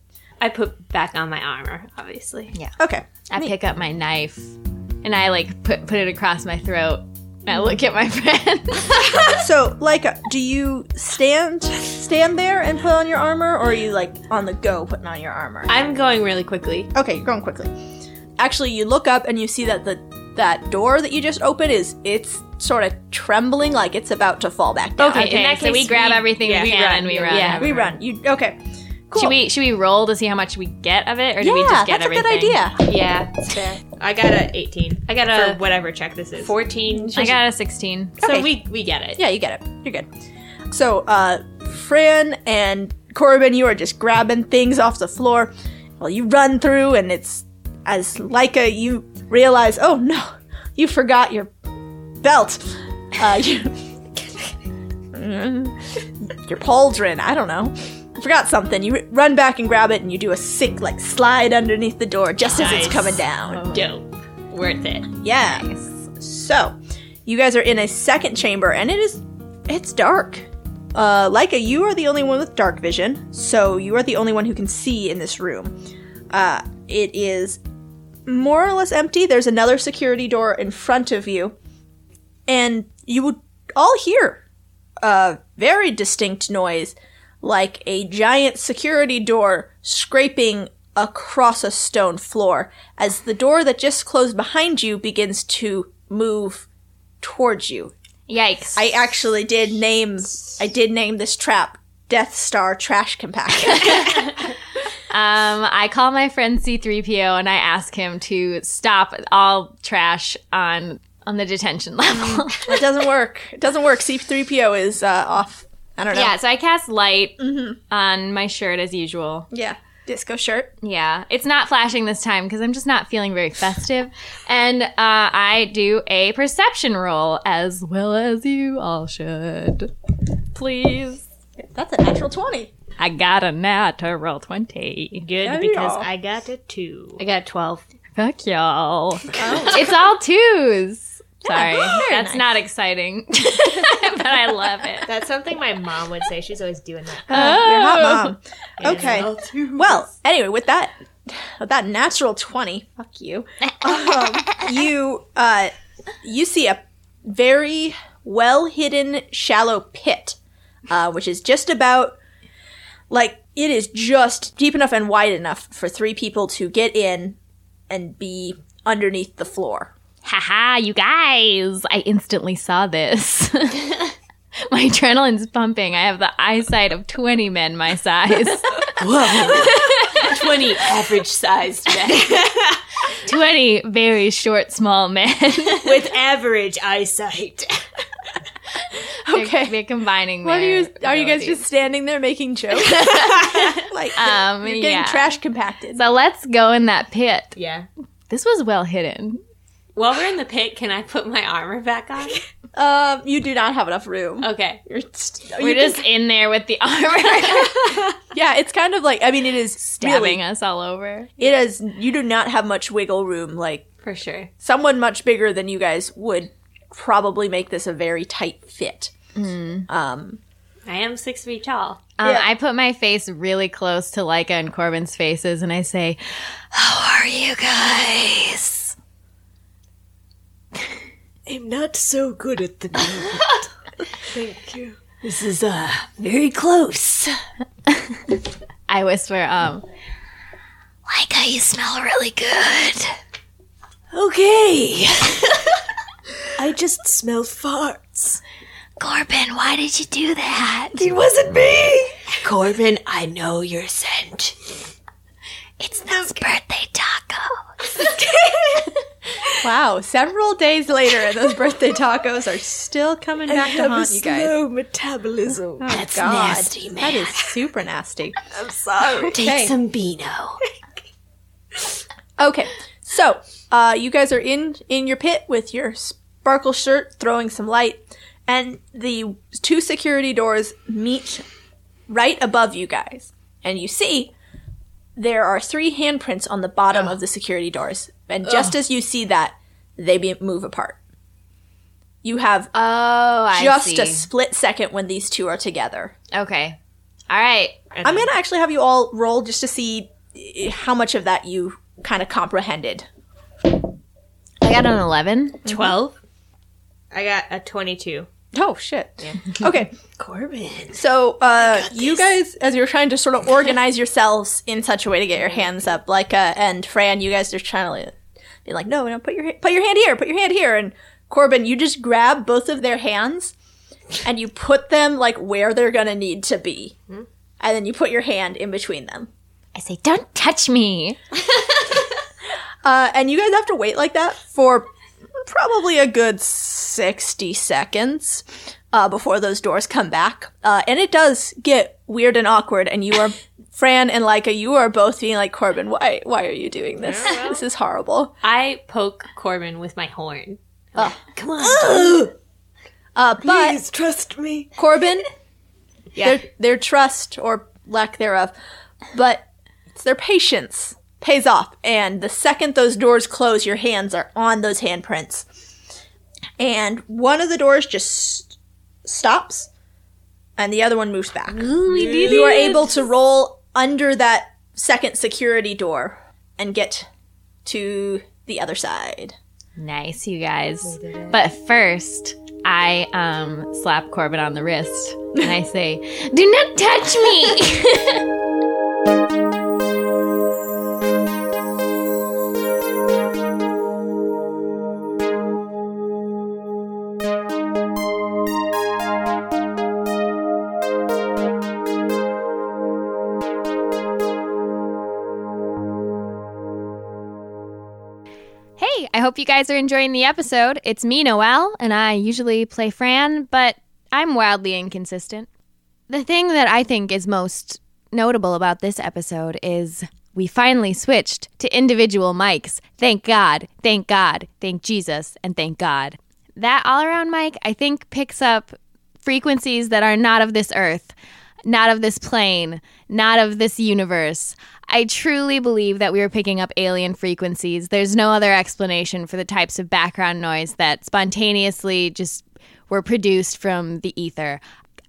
[SPEAKER 5] I put back on my armor, obviously.
[SPEAKER 1] Okay.
[SPEAKER 2] I pick up my knife and I like put put it across my throat. And I look at my (laughs) friend.
[SPEAKER 1] So, Leica, do you stand stand there and put on your armor, or are you like on the go putting on your armor?
[SPEAKER 5] I'm going really quickly.
[SPEAKER 1] Okay, you're going quickly. Actually, you look up and you see that the that door that you just opened is it's sort of trembling, like it's about to fall back down.
[SPEAKER 2] Okay,
[SPEAKER 5] in that
[SPEAKER 2] so we
[SPEAKER 5] case,
[SPEAKER 2] grab
[SPEAKER 5] we-
[SPEAKER 2] everything we
[SPEAKER 5] yeah.
[SPEAKER 2] run, we run.
[SPEAKER 5] Yeah.
[SPEAKER 1] we run. You okay? Cool.
[SPEAKER 2] Should we should we roll to see how much we get of it, or do
[SPEAKER 1] yeah,
[SPEAKER 2] we just get
[SPEAKER 1] that's
[SPEAKER 2] everything?
[SPEAKER 1] a good idea.
[SPEAKER 5] Yeah.
[SPEAKER 4] I got a 18.
[SPEAKER 5] I got
[SPEAKER 4] For
[SPEAKER 5] a
[SPEAKER 4] whatever check this is.
[SPEAKER 5] 14.
[SPEAKER 2] I got a sixteen.
[SPEAKER 5] so
[SPEAKER 1] okay.
[SPEAKER 5] we, we get it.
[SPEAKER 1] Yeah, you get it. You're good. So, uh, Fran and Corbin, you are just grabbing things off the floor. Well, you run through, and it's as Leica, you realize, oh no, you forgot your belt. Uh, (laughs) you, your pauldron, I don't know. You Forgot something. You run back and grab it, and you do a sick, like, slide underneath the door just as it's
[SPEAKER 4] Nice. Oh,
[SPEAKER 1] coming down.
[SPEAKER 5] Dope. Worth it.
[SPEAKER 1] Yeah. So, you guys are in a second chamber, and it is it's dark. Uh, Leica, you are the only one with dark vision, so you are the only one who can see in this room. Uh, it is more or less empty. There's another security door in front of you, and you would all hear a very distinct noise, like a giant security door scraping across a stone floor, as the door that just closed behind you begins to move towards you.
[SPEAKER 2] Yikes!
[SPEAKER 1] I actually did name I did name this trap Death Star Trash Compactor. (laughs)
[SPEAKER 2] um, I call my friend C three PO and I ask him to stop all trash on on the detention (laughs) level.
[SPEAKER 1] it doesn't work. It doesn't work. C3PO is uh, off. I don't know.
[SPEAKER 2] yeah, so I cast light on my shirt as usual.
[SPEAKER 1] Yeah. Disco shirt.
[SPEAKER 2] Yeah, it's not flashing this time because I'm just not feeling very festive. and uh, I do a perception roll as well as you all should. Please.
[SPEAKER 1] That's a natural 20.
[SPEAKER 2] I got a natural 20.
[SPEAKER 4] Good
[SPEAKER 1] Yeah,
[SPEAKER 4] because
[SPEAKER 1] yeah.
[SPEAKER 4] I got a 2.
[SPEAKER 5] I got 12.
[SPEAKER 2] Fuck y'all. It's all twos. Sorry. That's
[SPEAKER 1] nice.
[SPEAKER 2] not exciting, (laughs) but I love (laughs) it.
[SPEAKER 4] That's something my mom would say. She's always doing that.
[SPEAKER 2] Oh,
[SPEAKER 1] You're hot mom. Uh-huh. Okay. Well, anyway, with that with that natural twenty, fuck you. Um, you uh, you see a very well hidden shallow pit, uh, which is just about like it is just deep enough and wide enough for three people to get in and be underneath the floor.
[SPEAKER 2] Haha, you guys. I instantly saw this. (laughs) my adrenaline's pumping. I have the eyesight of 20 men my size. (laughs)
[SPEAKER 5] 20 average sized
[SPEAKER 2] (laughs)
[SPEAKER 5] men.
[SPEAKER 2] 20 very short, small men. (laughs)
[SPEAKER 4] With average eyesight.
[SPEAKER 5] (laughs)
[SPEAKER 2] okay. They're, combining
[SPEAKER 1] What are
[SPEAKER 2] their
[SPEAKER 1] you? Are you guys
[SPEAKER 2] abilities.
[SPEAKER 1] just standing there making jokes? (laughs) Uh, like
[SPEAKER 2] Um,
[SPEAKER 1] you're getting
[SPEAKER 2] yeah.
[SPEAKER 1] trash compacted.
[SPEAKER 2] So let's go in that pit.
[SPEAKER 4] Yeah.
[SPEAKER 2] This was well hidden.
[SPEAKER 5] While we're in the pit, can I put my armor back
[SPEAKER 4] (laughs)
[SPEAKER 5] on?
[SPEAKER 1] Um, you do not have enough room.
[SPEAKER 5] Okay.
[SPEAKER 1] You're st-
[SPEAKER 2] We're
[SPEAKER 1] Oh, you can-
[SPEAKER 2] just in there with
[SPEAKER 1] (laughs)
[SPEAKER 2] the (laughs) armor
[SPEAKER 1] yeah. It's kind of like I mean, it is
[SPEAKER 2] stabbing
[SPEAKER 1] stabbing. Really,
[SPEAKER 2] us all over.
[SPEAKER 1] it is. You do not have much wiggle room. Like
[SPEAKER 5] For sure.
[SPEAKER 1] someone much bigger than you guys would probably make this a very tight fit. Um,
[SPEAKER 5] I am six feet tall.
[SPEAKER 2] Um,
[SPEAKER 1] Yeah.
[SPEAKER 2] I put my face really close to Leica and Corbin's faces, and I say, "How are you guys?"
[SPEAKER 3] I'm not so good at
[SPEAKER 6] (laughs)
[SPEAKER 3] the moment. Thank you.
[SPEAKER 6] This is uh very close.
[SPEAKER 2] I whisper, "Um,
[SPEAKER 6] Leica, you smell really good. Okay. (laughs)
[SPEAKER 3] I just smell farts.
[SPEAKER 6] Corbin, why did you do that?
[SPEAKER 3] It wasn't me.
[SPEAKER 6] Corbin, I know your scent. It's those birthday tacos. (laughs)
[SPEAKER 1] Wow, several days later, those birthday tacos are still coming back to
[SPEAKER 3] Have a
[SPEAKER 1] haunt you guys.
[SPEAKER 3] slow metabolism.
[SPEAKER 1] Oh,
[SPEAKER 6] That's
[SPEAKER 1] God.
[SPEAKER 6] nasty, man.
[SPEAKER 1] That is super nasty.
[SPEAKER 3] I'm sorry.
[SPEAKER 6] Take
[SPEAKER 1] Okay.
[SPEAKER 6] some Beano.
[SPEAKER 1] Okay, so uh, you guys are in in your pit with your sparkle shirt, throwing some light, and the two security doors meet right above you guys, and you see there are three handprints on the bottom of the security doors, and just as you see that, they be- move apart. You have
[SPEAKER 2] oh, I
[SPEAKER 1] just
[SPEAKER 2] see.
[SPEAKER 1] a split second when these two are together.
[SPEAKER 2] okay, all right,
[SPEAKER 1] I'm gonna actually have you all roll just to see eh, how much of that you kind of comprehended.
[SPEAKER 2] I got an eleven.
[SPEAKER 4] Mm-hmm.
[SPEAKER 5] 12?
[SPEAKER 4] I got a 22.
[SPEAKER 1] Oh shit. (laughs) Okay.
[SPEAKER 6] Corbin.
[SPEAKER 1] So uh you guys as you're trying to sort of organize yourselves in such a way to get your hands up, like uh and Fran, you guys are trying to like, be like, no, no, put your ha- put your hand here, put your hand here and Corbin, you just grab both of their hands and you put them like where they're gonna need to be. And then you put your hand in between them.
[SPEAKER 2] I say, "Don't touch me."
[SPEAKER 1] Uh, and you guys have to wait like that for probably a good 60 seconds uh, before those doors come back. Uh, and it does get weird and awkward, and you are. Fran and Leica, you are both being like Corbin. Why? Why are you doing this? (laughs) This is horrible.
[SPEAKER 5] I poke Corbin with my horn.
[SPEAKER 6] Come on.
[SPEAKER 1] Uh, but
[SPEAKER 3] Please trust me.
[SPEAKER 1] (laughs) Corbin, their their trust or lack thereof, but it's their patience pays off. And the second those doors close, your hands are on those handprints, and one of the doors just s- stops, and the other one moves back. you are able to roll under that second security door and get to the other side.
[SPEAKER 2] Nice, you guys. But first, I um slap Corbin on the wrist and I say, "Do not touch me." (laughs) Hey, I hope you guys are enjoying the episode. It's me, Noelle, and I usually play Fran, but I'm wildly inconsistent. The thing that I think is most notable about this episode is we finally switched to individual mics. Thank God, thank God, thank Jesus, and thank God. That all around mic, I think, picks up frequencies that are not of this earth, not of this plane, not of this universe. I truly believe that we are picking up alien frequencies. There's no other explanation for the types of background noise that spontaneously just were produced from the ether.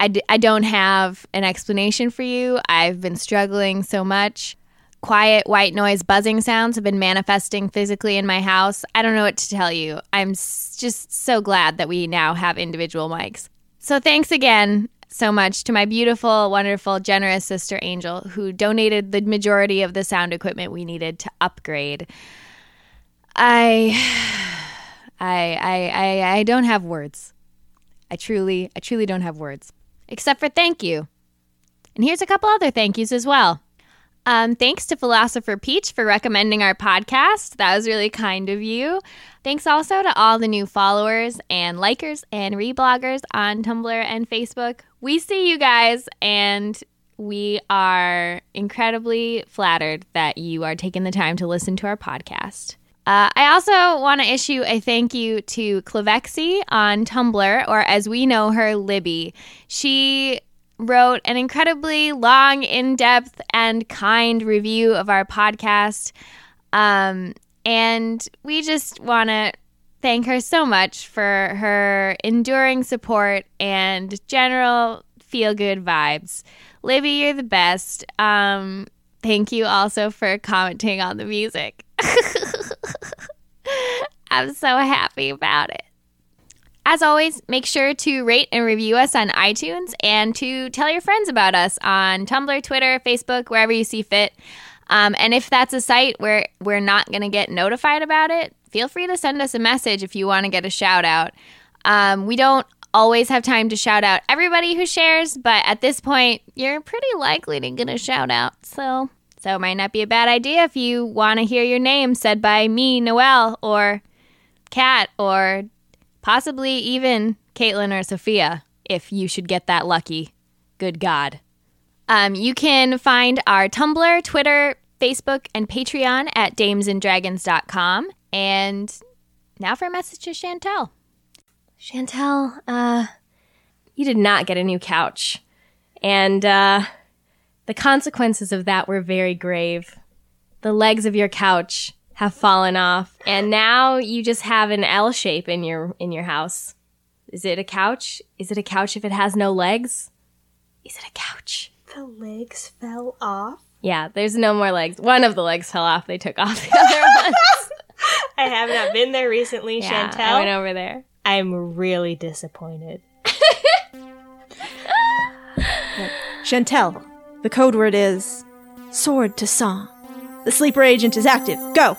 [SPEAKER 2] I, d- I don't have an explanation for you. I've been struggling so much. Quiet white noise buzzing sounds have been manifesting physically in my house. I don't know what to tell you. I'm s- just so glad that we now have individual mics. So thanks again so much to my beautiful, wonderful, generous sister Angel, who donated the majority of the sound equipment we needed to upgrade. I, (sighs) I, I, I, I don't have words. I truly, I truly don't have words, except for thank you. And here's a couple other thank yous as well. Um, thanks to Philosopher Peach for recommending our podcast. That was really kind of you. Thanks also to all the new followers and likers and rebloggers on Tumblr and Facebook. We see you guys, and we are incredibly flattered that you are taking the time to listen to our podcast. Uh, I also want to issue a thank you to Clavexi on Tumblr, or as we know her, Libby. She wrote an incredibly long, in depth, and kind review of our podcast. Um, and we just want to thank her so much for her enduring support and general feel good vibes. Libby, you're the best. Um, thank you also for commenting on the music. I'm so happy about it. As always, make sure to rate and review us on iTunes and to tell your friends about us on Tumblr, Twitter, Facebook, wherever you see fit. Um, and if that's a site where we're not going to get notified about it, feel free to send us a message if you want to get a shout out. Um, we don't always have time to shout out everybody who shares, but at this point, you're pretty likely to get a shout out. So, so it might not be a bad idea if you want to hear your name said by me, Noelle, or Kat, or possibly even Caitlin or Sophia, if you should get that lucky. Good God. Um, you can find our Tumblr, Twitter, Facebook, and Patreon at damesanddragons.com. And now for a message to Chantel. Chantel, uh, you did not get a new couch. And uh, the consequences of that were very grave. The legs of your couch have fallen off, and now you just have an L shape in your in your house. Is it a couch? Is it a couch if it has no legs? Is it a couch?
[SPEAKER 3] The legs fell off.
[SPEAKER 2] Yeah, there's no more legs. One of the legs fell off. They took off
[SPEAKER 3] (laughs)
[SPEAKER 2] the other one.
[SPEAKER 4] I have not been there recently,
[SPEAKER 2] Yeah, Oh, I went
[SPEAKER 4] Chantel.
[SPEAKER 2] over there.
[SPEAKER 4] I'm really disappointed.
[SPEAKER 1] Chantel, the code word is sword to song. The sleeper agent is active. Go!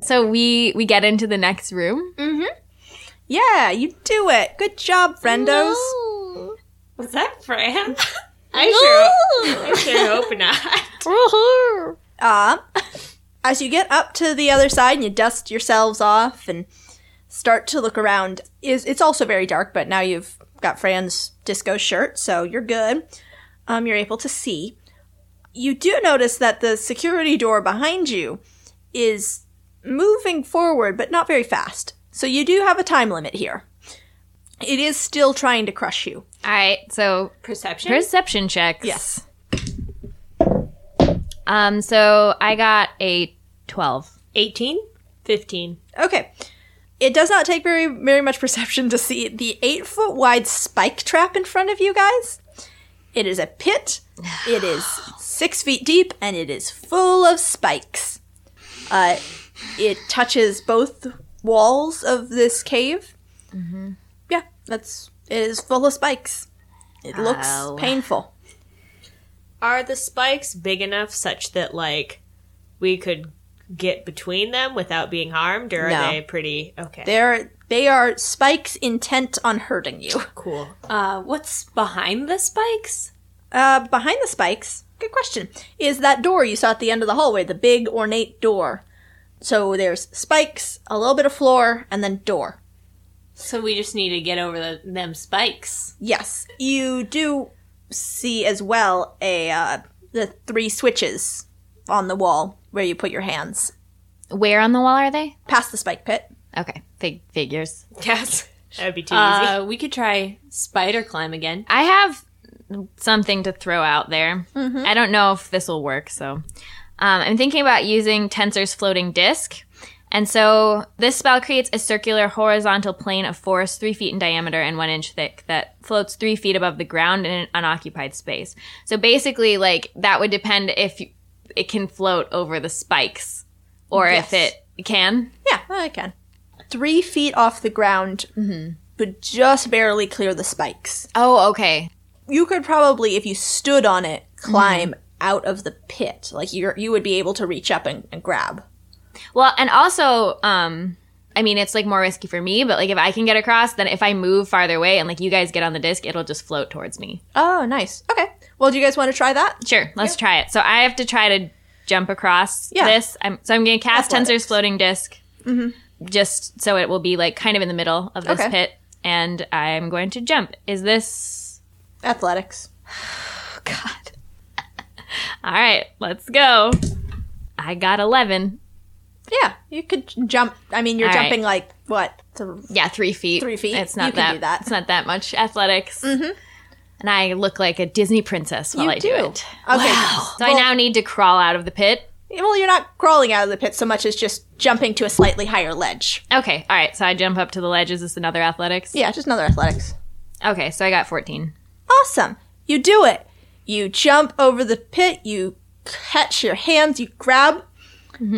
[SPEAKER 2] So we we get into the next room.
[SPEAKER 1] Yeah, you do it. Good job, friendos.
[SPEAKER 5] Was that Fran?
[SPEAKER 4] (laughs) I sure, I sure hope not.
[SPEAKER 1] Uh, (laughs) as you get up to the other side and you dust yourselves off and start to look around, is it's also very dark, but now you've got Fran's disco shirt, so you're good. Um, you're able to see. You do notice that the security door behind you is moving forward, but not very fast. So you do have a time limit here. It is still trying to crush you.
[SPEAKER 2] All right, so
[SPEAKER 5] Perception?
[SPEAKER 2] perception checks. Um. So I got a twelve.
[SPEAKER 4] 18? 15.
[SPEAKER 1] Okay. It does not take very very much perception to see the eight foot wide spike trap in front of you guys. It is a pit. It is six feet deep, and it is full of spikes. Uh, it touches both walls of this cave. Yeah, that's it is full of spikes. It looks
[SPEAKER 2] Ow.
[SPEAKER 1] painful.
[SPEAKER 4] Are the spikes big enough such that, like, we could get between them without being harmed? Or are
[SPEAKER 1] No.
[SPEAKER 4] they pretty. Okay.
[SPEAKER 1] They're they are spikes intent on hurting you.
[SPEAKER 4] cool.
[SPEAKER 5] Uh, what's behind the spikes?
[SPEAKER 1] Uh, behind the spikes, good question, is that door you saw at the end of the hallway, the big ornate door. So there's spikes, a little bit of floor, and then door.
[SPEAKER 5] So we just need to get over the, them spikes.
[SPEAKER 1] Yes, you do see as well a uh, the three switches on the wall where you put your hands
[SPEAKER 2] Where on the wall are they?
[SPEAKER 1] past the spike pit.
[SPEAKER 2] Okay, fig figures.
[SPEAKER 4] Yes. That would be too easy.
[SPEAKER 5] Uh, we could try spider climb again.
[SPEAKER 2] I have something to throw out there. I don't know if this will work, so um, I'm thinking about using Tensor's floating disc. And so this spell creates a circular horizontal plane of forest three feet in diameter and one inch thick that floats three feet above the ground in an unoccupied space. So basically, like that would depend if you, it can float over the spikes or if
[SPEAKER 1] Yes.
[SPEAKER 2] it can.
[SPEAKER 1] Yeah, I can. Three feet off the ground, but just barely clear the spikes.
[SPEAKER 2] Oh, okay.
[SPEAKER 1] you could probably, if you stood on it, climb out of the pit. Like you, you would be able to reach up and, and grab.
[SPEAKER 2] Well, and also, um, I mean, it's like more risky for me, but like if I can get across, then if I move farther away and like you guys get on the disc, it'll just float towards me.
[SPEAKER 1] Oh, nice. Okay. Well, do you guys want to try that?
[SPEAKER 2] Sure, let's try it. So I have to try to jump across
[SPEAKER 1] Yeah.
[SPEAKER 2] this. I'm, so I'm going to cast
[SPEAKER 1] Athletics.
[SPEAKER 2] Tensor's floating disk just so it will be like kind of in the middle of this
[SPEAKER 1] Mm-hmm. Okay.
[SPEAKER 2] pit, and I'm going to jump. Is this.
[SPEAKER 1] Athletics.
[SPEAKER 2] God. All right, let's go. I got 11.
[SPEAKER 1] Yeah. You could j- jump. I mean, you're
[SPEAKER 2] All right.
[SPEAKER 1] jumping like what? Th-
[SPEAKER 2] Yeah, three feet.
[SPEAKER 1] Three feet.
[SPEAKER 2] It's not
[SPEAKER 1] You can
[SPEAKER 2] that,
[SPEAKER 1] do that.
[SPEAKER 2] It's not that much athletics. Mm-hmm. And I look like a Disney princess while
[SPEAKER 1] You
[SPEAKER 2] I do,
[SPEAKER 1] do.
[SPEAKER 2] it.
[SPEAKER 1] Okay.
[SPEAKER 2] So I now need to crawl out of the pit.
[SPEAKER 1] Well, you're not crawling out of the pit so much as just jumping to a slightly higher ledge.
[SPEAKER 2] Okay. All right. So I jump up to the ledge. Is this another athletics?
[SPEAKER 1] Yeah, just another athletics.
[SPEAKER 2] Okay. So I got 14.
[SPEAKER 1] Awesome. You do it. You jump over the pit, you catch your hands, you grab. Um,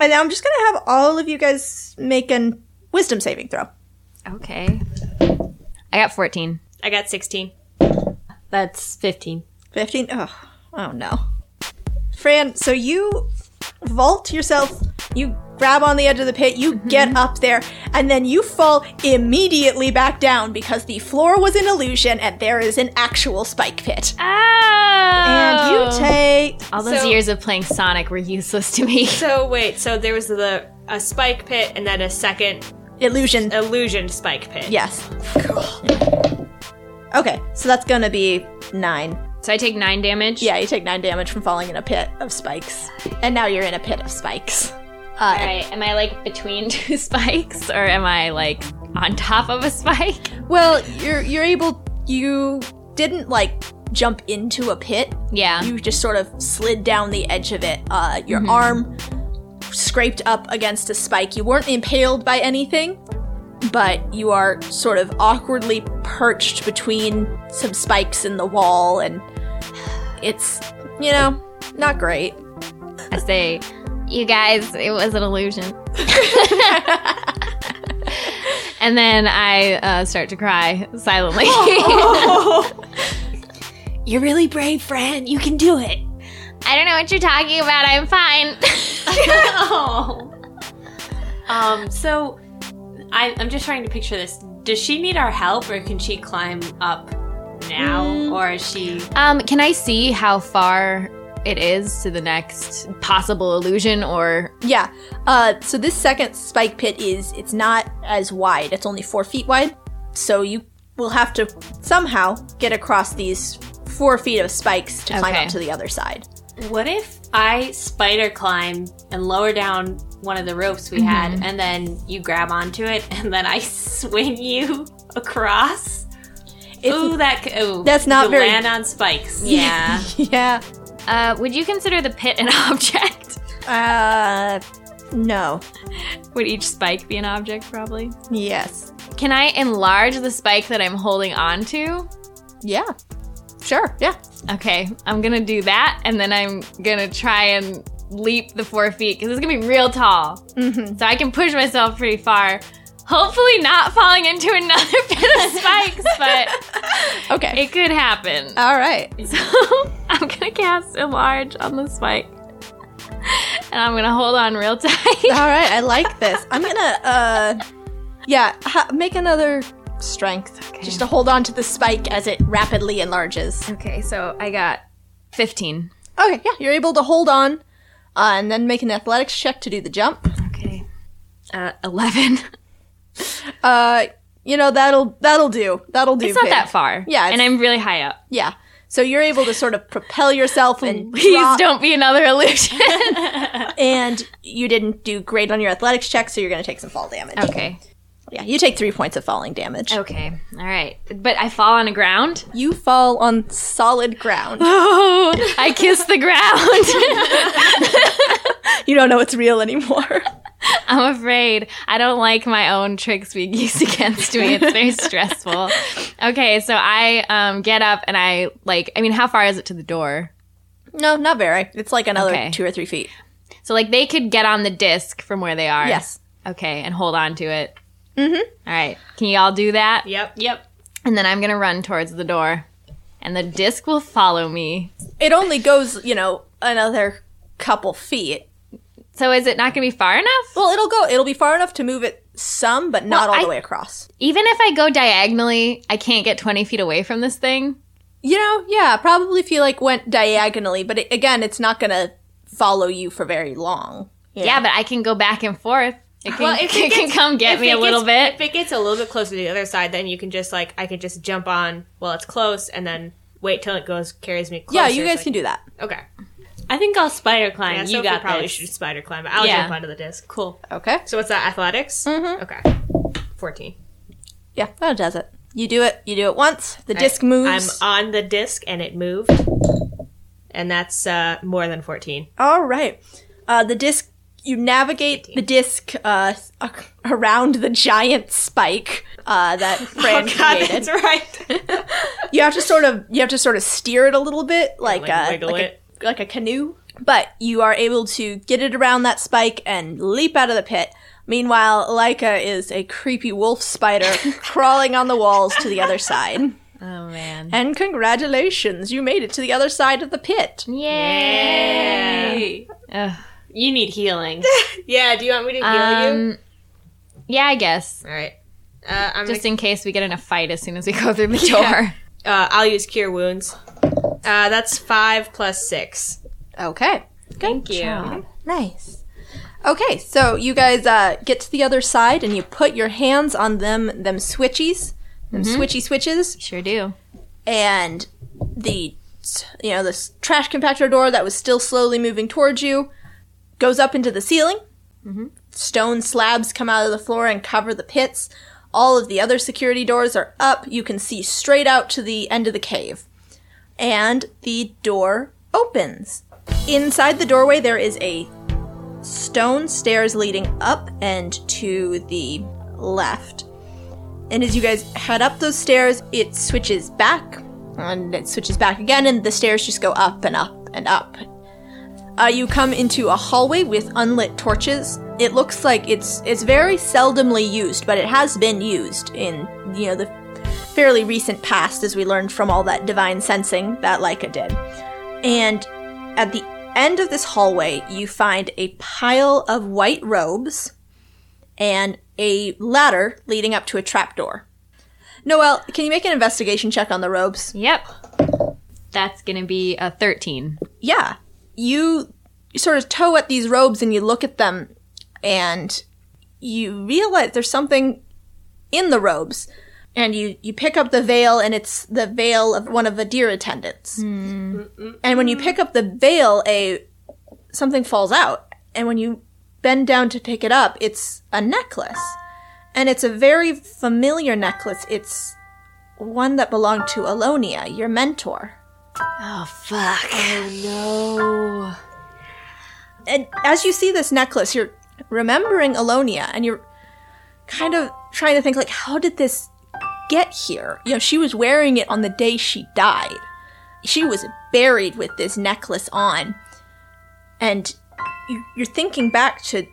[SPEAKER 1] and now I'm just going to have all of you guys make a wisdom saving throw.
[SPEAKER 2] Okay. I got 14.
[SPEAKER 4] I got 16.
[SPEAKER 5] That's 15.
[SPEAKER 1] 15. Oh, oh no. Fran, so you vault yourself, you grab on the edge of the pit, you get up there, and then you fall immediately back down because the floor was an illusion and there is an actual spike pit.
[SPEAKER 2] Oh!
[SPEAKER 1] And you take.
[SPEAKER 2] All those
[SPEAKER 4] So-
[SPEAKER 2] years of playing Sonic were useless to (laughs) me.
[SPEAKER 4] So wait, so there was the a spike pit and then a second
[SPEAKER 1] Illusion
[SPEAKER 4] illusion spike pit.
[SPEAKER 1] Yes. Okay, so that's gonna be nine.
[SPEAKER 2] So I take nine damage.
[SPEAKER 1] Yeah, you take nine damage from falling in a pit of spikes. And now you're in a pit of spikes. Uh,
[SPEAKER 2] All right. Am I like between (laughs) two spikes, or am I like on top of a spike? (laughs)
[SPEAKER 1] Well, you're you're able you didn't like jump into a pit.
[SPEAKER 2] Yeah.
[SPEAKER 1] You just sort of slid down the edge of it. Uh, your arm scraped up against a spike. You weren't impaled by anything, but you are sort of awkwardly perched between some spikes in the wall, and it's, you know, not great.
[SPEAKER 2] I say, you guys, it was an illusion. and then I uh, start to cry silently.
[SPEAKER 6] (laughs) You're really brave, Fran. You can do it.
[SPEAKER 2] I don't know what you're talking about. I'm fine.
[SPEAKER 5] Um, Oh. so I, I'm just trying to picture this. Does she need our help or can she climb up now?
[SPEAKER 1] Mm.
[SPEAKER 5] Or is she.
[SPEAKER 2] um, can I see how far it is to the next possible illusion? Or
[SPEAKER 1] Yeah. Uh, so this second spike pit is it's not as wide. It's only four feet wide. So you will have to somehow get across these four feet of spikes to climb
[SPEAKER 2] Okay.
[SPEAKER 1] up to the other side. (laughs)
[SPEAKER 5] What if I spider climb and lower down one of the ropes we
[SPEAKER 1] Mm-hmm.
[SPEAKER 5] had and then you grab onto it and then I (laughs) swing you across?
[SPEAKER 1] It's,
[SPEAKER 5] ooh, that. c- Ooh,
[SPEAKER 1] That's not
[SPEAKER 5] you
[SPEAKER 1] very-
[SPEAKER 5] land on spikes. Yeah.
[SPEAKER 1] (laughs) Yeah.
[SPEAKER 2] uh, would you consider the pit an (laughs) object?
[SPEAKER 1] Uh, no.
[SPEAKER 2] Would each spike be an object, probably?
[SPEAKER 1] Yes.
[SPEAKER 2] Can I enlarge the spike that I'm holding on to?
[SPEAKER 1] Yeah. Sure. Yeah.
[SPEAKER 2] Okay, I'm gonna do that, and then I'm gonna try and leap the four feet because it's gonna be real tall,
[SPEAKER 1] Mm-hmm.
[SPEAKER 2] so I can push myself pretty far. Hopefully, not falling into another (laughs) pit of spikes, but
[SPEAKER 1] Okay.
[SPEAKER 2] it could happen.
[SPEAKER 1] All right.
[SPEAKER 2] (laughs) So I'm gonna cast enlarge on the spike, and I'm gonna hold on real
[SPEAKER 1] All
[SPEAKER 2] tight.
[SPEAKER 1] right. I like this. I'm gonna. Uh, yeah. Ha- make another strength just to hold on to the spike as it rapidly enlarges.
[SPEAKER 2] (laughs) Okay, so I got 15.
[SPEAKER 1] Okay, yeah, you're able to hold on, uh, and then make an athletics check to do the jump.
[SPEAKER 2] Okay, uh, 11.
[SPEAKER 1] Uh, you know that'll that'll do. That'll do.
[SPEAKER 2] (laughs) It's not
[SPEAKER 1] Pig.
[SPEAKER 2] that far.
[SPEAKER 1] Yeah, it's-
[SPEAKER 2] and I'm really high up.
[SPEAKER 1] Yeah. So you're able to sort of propel yourself (laughs) and
[SPEAKER 2] Please
[SPEAKER 1] drop-
[SPEAKER 2] don't be another illusion.
[SPEAKER 1] And you didn't do great on your athletics check, so you're going to take some fall damage.
[SPEAKER 2] (laughs) (laughs) okay.
[SPEAKER 1] Yeah, you take three points of falling damage.
[SPEAKER 2] Okay. All right. But I fall on the ground.
[SPEAKER 1] You fall on solid (laughs) ground.
[SPEAKER 2] Oh, I kiss the ground. (laughs)
[SPEAKER 1] you don't know what's real anymore.
[SPEAKER 2] I'm afraid. I don't like my own tricks being used (laughs) against me. It's very stressful. Okay, so I um, get up and I like. I mean, how far is it to the door?
[SPEAKER 1] no, not very. It's like another
[SPEAKER 2] Okay.
[SPEAKER 1] two or three feet.
[SPEAKER 2] So like they could get on the disc from where they are.
[SPEAKER 1] Yes.
[SPEAKER 2] Okay, and hold on to it. Mm-hmm. All right. Can you all do that?
[SPEAKER 4] Yep.
[SPEAKER 5] yep.
[SPEAKER 2] And then I'm gonna run towards the door, and the disc will follow me.
[SPEAKER 1] It only goes, you know, another couple feet.
[SPEAKER 2] So is it not gonna be far enough?
[SPEAKER 1] Well, it'll go. It'll be far enough to move it some, but not
[SPEAKER 2] Well,
[SPEAKER 1] all
[SPEAKER 2] I-
[SPEAKER 1] the way across.
[SPEAKER 2] Even if I go diagonally, I can't get 20 feet away from this thing.
[SPEAKER 1] You know, yeah, probably if you like went diagonally, but it, again, it's not gonna follow you for very long.
[SPEAKER 2] Yeah, but I can go back and forth. It can,
[SPEAKER 4] Well,
[SPEAKER 2] (laughs) it
[SPEAKER 4] if
[SPEAKER 2] can,
[SPEAKER 4] it gets-
[SPEAKER 2] come get
[SPEAKER 4] If
[SPEAKER 2] me
[SPEAKER 4] it
[SPEAKER 2] a little
[SPEAKER 4] gets-
[SPEAKER 2] bit.
[SPEAKER 4] If it gets a little bit closer to the other side, then you can just like I could just jump on while it's close and then wait till it goes carries me closer.
[SPEAKER 1] yeah, you
[SPEAKER 4] so I
[SPEAKER 1] guys can do that.
[SPEAKER 4] Okay.
[SPEAKER 5] I think I'll spider climb.
[SPEAKER 4] Yeah,
[SPEAKER 5] you
[SPEAKER 4] Sophie
[SPEAKER 5] got
[SPEAKER 4] probably
[SPEAKER 5] this.
[SPEAKER 4] should spider climb. I'll
[SPEAKER 5] Yeah.
[SPEAKER 4] jump onto the disc.
[SPEAKER 5] Cool.
[SPEAKER 1] Okay.
[SPEAKER 4] So what's that? Athletics. Mm-hmm. Okay. Fourteen.
[SPEAKER 1] Yeah, that does it. You do it. You do it once. The disc moves.
[SPEAKER 4] I'm on the disc and it moved, and that's uh, more than fourteen.
[SPEAKER 1] All right. Uh, the disc. You navigate the disc uh, ac- around the giant spike uh, that
[SPEAKER 4] (laughs)
[SPEAKER 1] Fran created.
[SPEAKER 4] Oh, right.
[SPEAKER 1] You have to sort of you have to sort of steer it a little bit, like,
[SPEAKER 4] like,
[SPEAKER 1] a,
[SPEAKER 4] wiggle
[SPEAKER 1] like a-
[SPEAKER 4] it.
[SPEAKER 1] like a canoe. But you are able to get it around that spike and leap out of the pit. Meanwhile, Leica is a creepy wolf
[SPEAKER 4] (laughs)
[SPEAKER 1] spider crawling on the walls to the other side.
[SPEAKER 2] Oh man.
[SPEAKER 1] And congratulations, you made it to the other side of the pit.
[SPEAKER 2] Yay. Ugh.
[SPEAKER 5] You need healing.
[SPEAKER 4] Yeah. Do you want me to heal you?
[SPEAKER 2] Um, yeah, I guess.
[SPEAKER 4] All right. Uh, I'm
[SPEAKER 2] Just
[SPEAKER 4] gonna,
[SPEAKER 2] in case we get in a fight as soon as we go through the door.
[SPEAKER 4] uh, I'll use cure wounds. Uh, that's five plus six.
[SPEAKER 1] Okay.
[SPEAKER 5] Thank you.
[SPEAKER 1] Nice. Okay, so you guys uh, get to the other side and you put your hands on them them switchies, them switchy switches,
[SPEAKER 2] Sure do.
[SPEAKER 1] and the you know this trash compactor door that was still slowly moving towards you goes up into the ceiling. Stone slabs come out of the floor and cover the pits. All of the other security doors are up. You can see straight out to the end of the cave, and the door opens. Inside the doorway, there is a stone stairs leading up and to the left. And as you guys head up those stairs, it switches back, and it switches back again, and the stairs just go up and up and up. Uh, you come into a hallway with unlit torches. It looks like it's it's very seldomly used, but it has been used in you know the fairly recent past, as we learned from all that divine sensing that Leica did. And at the end of this hallway, you find a pile of white robes and a ladder leading up to a trapdoor. Noel, can you make an investigation check on the robes?
[SPEAKER 2] Yep. That's gonna be a thirteen.
[SPEAKER 1] Yeah. You sort of toe at these robes and you look at them and you realize there's something in the robes. And you, you pick up the veil and it's the veil of one of the deer attendants. And when you pick up the veil, a something falls out. And when you bend down to pick it up, it's a necklace. And it's a very familiar necklace. It's one that belonged to Alonia, your mentor. and as you see this necklace, you're remembering Alonia and you're kind of trying to think like how did this get here? You know, she was wearing it on the day she died. She was buried with this necklace on. And you- you're thinking back to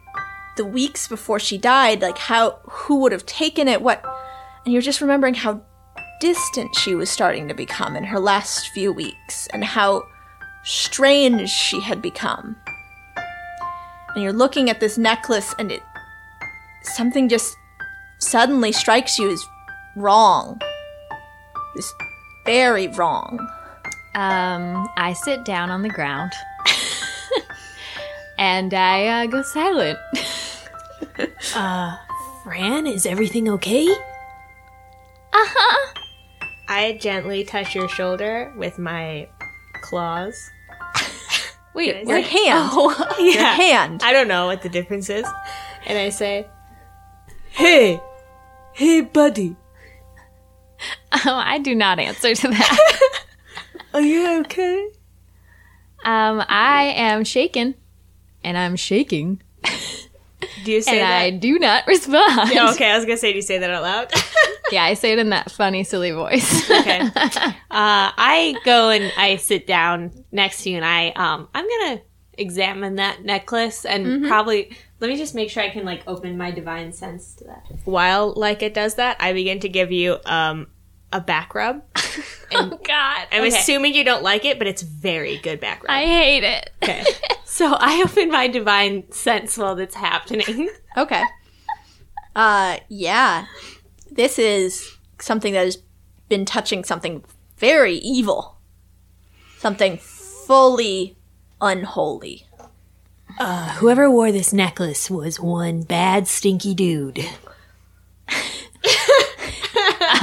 [SPEAKER 1] the weeks before she died, like how who would have taken it, what and you're just remembering how distant she was starting to become in her last few weeks and how strange she had become and you're looking at this necklace and it something just suddenly strikes you as wrong just very wrong
[SPEAKER 2] Um, I sit down on the
[SPEAKER 4] (laughs)
[SPEAKER 2] ground and I uh, go silent.
[SPEAKER 6] Fran, is everything okay?
[SPEAKER 4] I gently touch your shoulder with my
[SPEAKER 1] (laughs)
[SPEAKER 4] claws.
[SPEAKER 2] Wait,
[SPEAKER 1] your hand your
[SPEAKER 4] "Oh." (laughs) Yeah.
[SPEAKER 1] hand
[SPEAKER 4] I don't know what the difference is, and I say,
[SPEAKER 3] Hey! Hey, buddy!
[SPEAKER 2] (laughs) oh, I do not answer to
[SPEAKER 4] (laughs)
[SPEAKER 2] that.
[SPEAKER 3] Are you okay?
[SPEAKER 2] um, I am shaken, and I'm shaking,
[SPEAKER 4] "Do you say
[SPEAKER 2] and I
[SPEAKER 4] that?"
[SPEAKER 2] do not respond.
[SPEAKER 1] (laughs)
[SPEAKER 4] Oh, okay, I was gonna say, "Do you say that out loud?"
[SPEAKER 2] (laughs)
[SPEAKER 4] (laughs)
[SPEAKER 2] yeah, I say it in that funny, silly voice.
[SPEAKER 5] Okay. uh, I go and I sit down next to you, and I um I'm gonna examine that necklace and
[SPEAKER 4] Mm-hmm.
[SPEAKER 5] probably let me just make sure I can like open my divine sense to that.
[SPEAKER 4] While Leica does that, I begin to give you um a back
[SPEAKER 5] (laughs)
[SPEAKER 4] rub.
[SPEAKER 2] oh (laughs) God,
[SPEAKER 4] I'm
[SPEAKER 2] Okay.
[SPEAKER 4] assuming you don't like it, but it's very good back rub.
[SPEAKER 2] I hate it.
[SPEAKER 4] okay.
[SPEAKER 5] So I open my divine sense while that's happening. (laughs)
[SPEAKER 1] okay uh yeah this is something that has been touching something very evil something fully unholy
[SPEAKER 6] Whoever wore this necklace was one bad, stinky dude.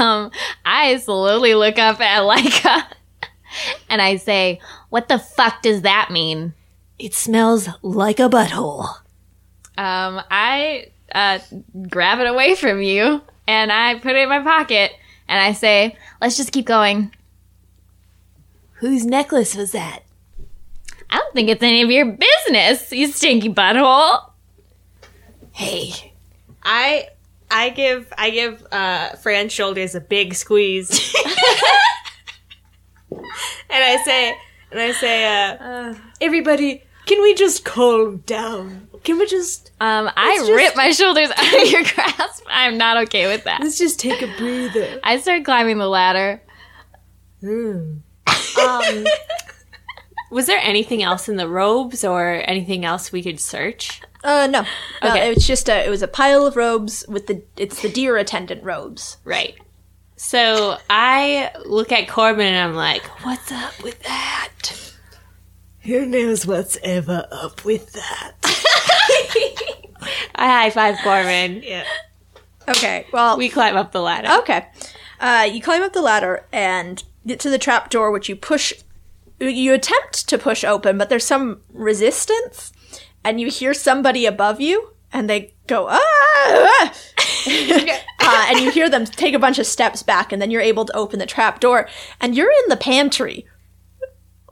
[SPEAKER 2] Um, I slowly (laughs) look up at Leica and I say, What the fuck does that mean?
[SPEAKER 6] It smells like a butthole.
[SPEAKER 2] Um, I uh, grab it away from you and I put it in my pocket and I say, let's just keep going.
[SPEAKER 6] Whose necklace was that?
[SPEAKER 2] I don't think it's any of your business, you stinky butthole.
[SPEAKER 6] Hey,
[SPEAKER 4] I I give I give uh Fran's shoulders a big
[SPEAKER 5] (laughs)
[SPEAKER 4] squeeze. (laughs) and I say and I say uh, everybody can we just calm down? Can we just
[SPEAKER 2] Um, I rip my shoulders (laughs) out of your grasp. I'm not okay with that.
[SPEAKER 3] Let's just take a breather.
[SPEAKER 2] I start climbing the ladder.
[SPEAKER 5] (laughs) Was there anything else in the robes or anything else we could search?
[SPEAKER 1] Uh, no, no.
[SPEAKER 5] Okay.
[SPEAKER 1] It was just a. It was a pile of robes with the. It's the deer attendant robes.
[SPEAKER 5] Right. So I look at Corbin and I'm like, what's up with that?
[SPEAKER 3] Who knows what's ever up with that?
[SPEAKER 5] I high five Corbin.
[SPEAKER 1] Okay. Well.
[SPEAKER 5] We climb up the ladder.
[SPEAKER 1] okay. Uh, you climb up the ladder and get to the trap door, which you push. You attempt to push open, but there's some resistance, and you hear somebody above you, and they go ah. ah." (laughs) uh, and you hear them take a bunch of steps back, and then you're able to open the trap door, and you're in the pantry.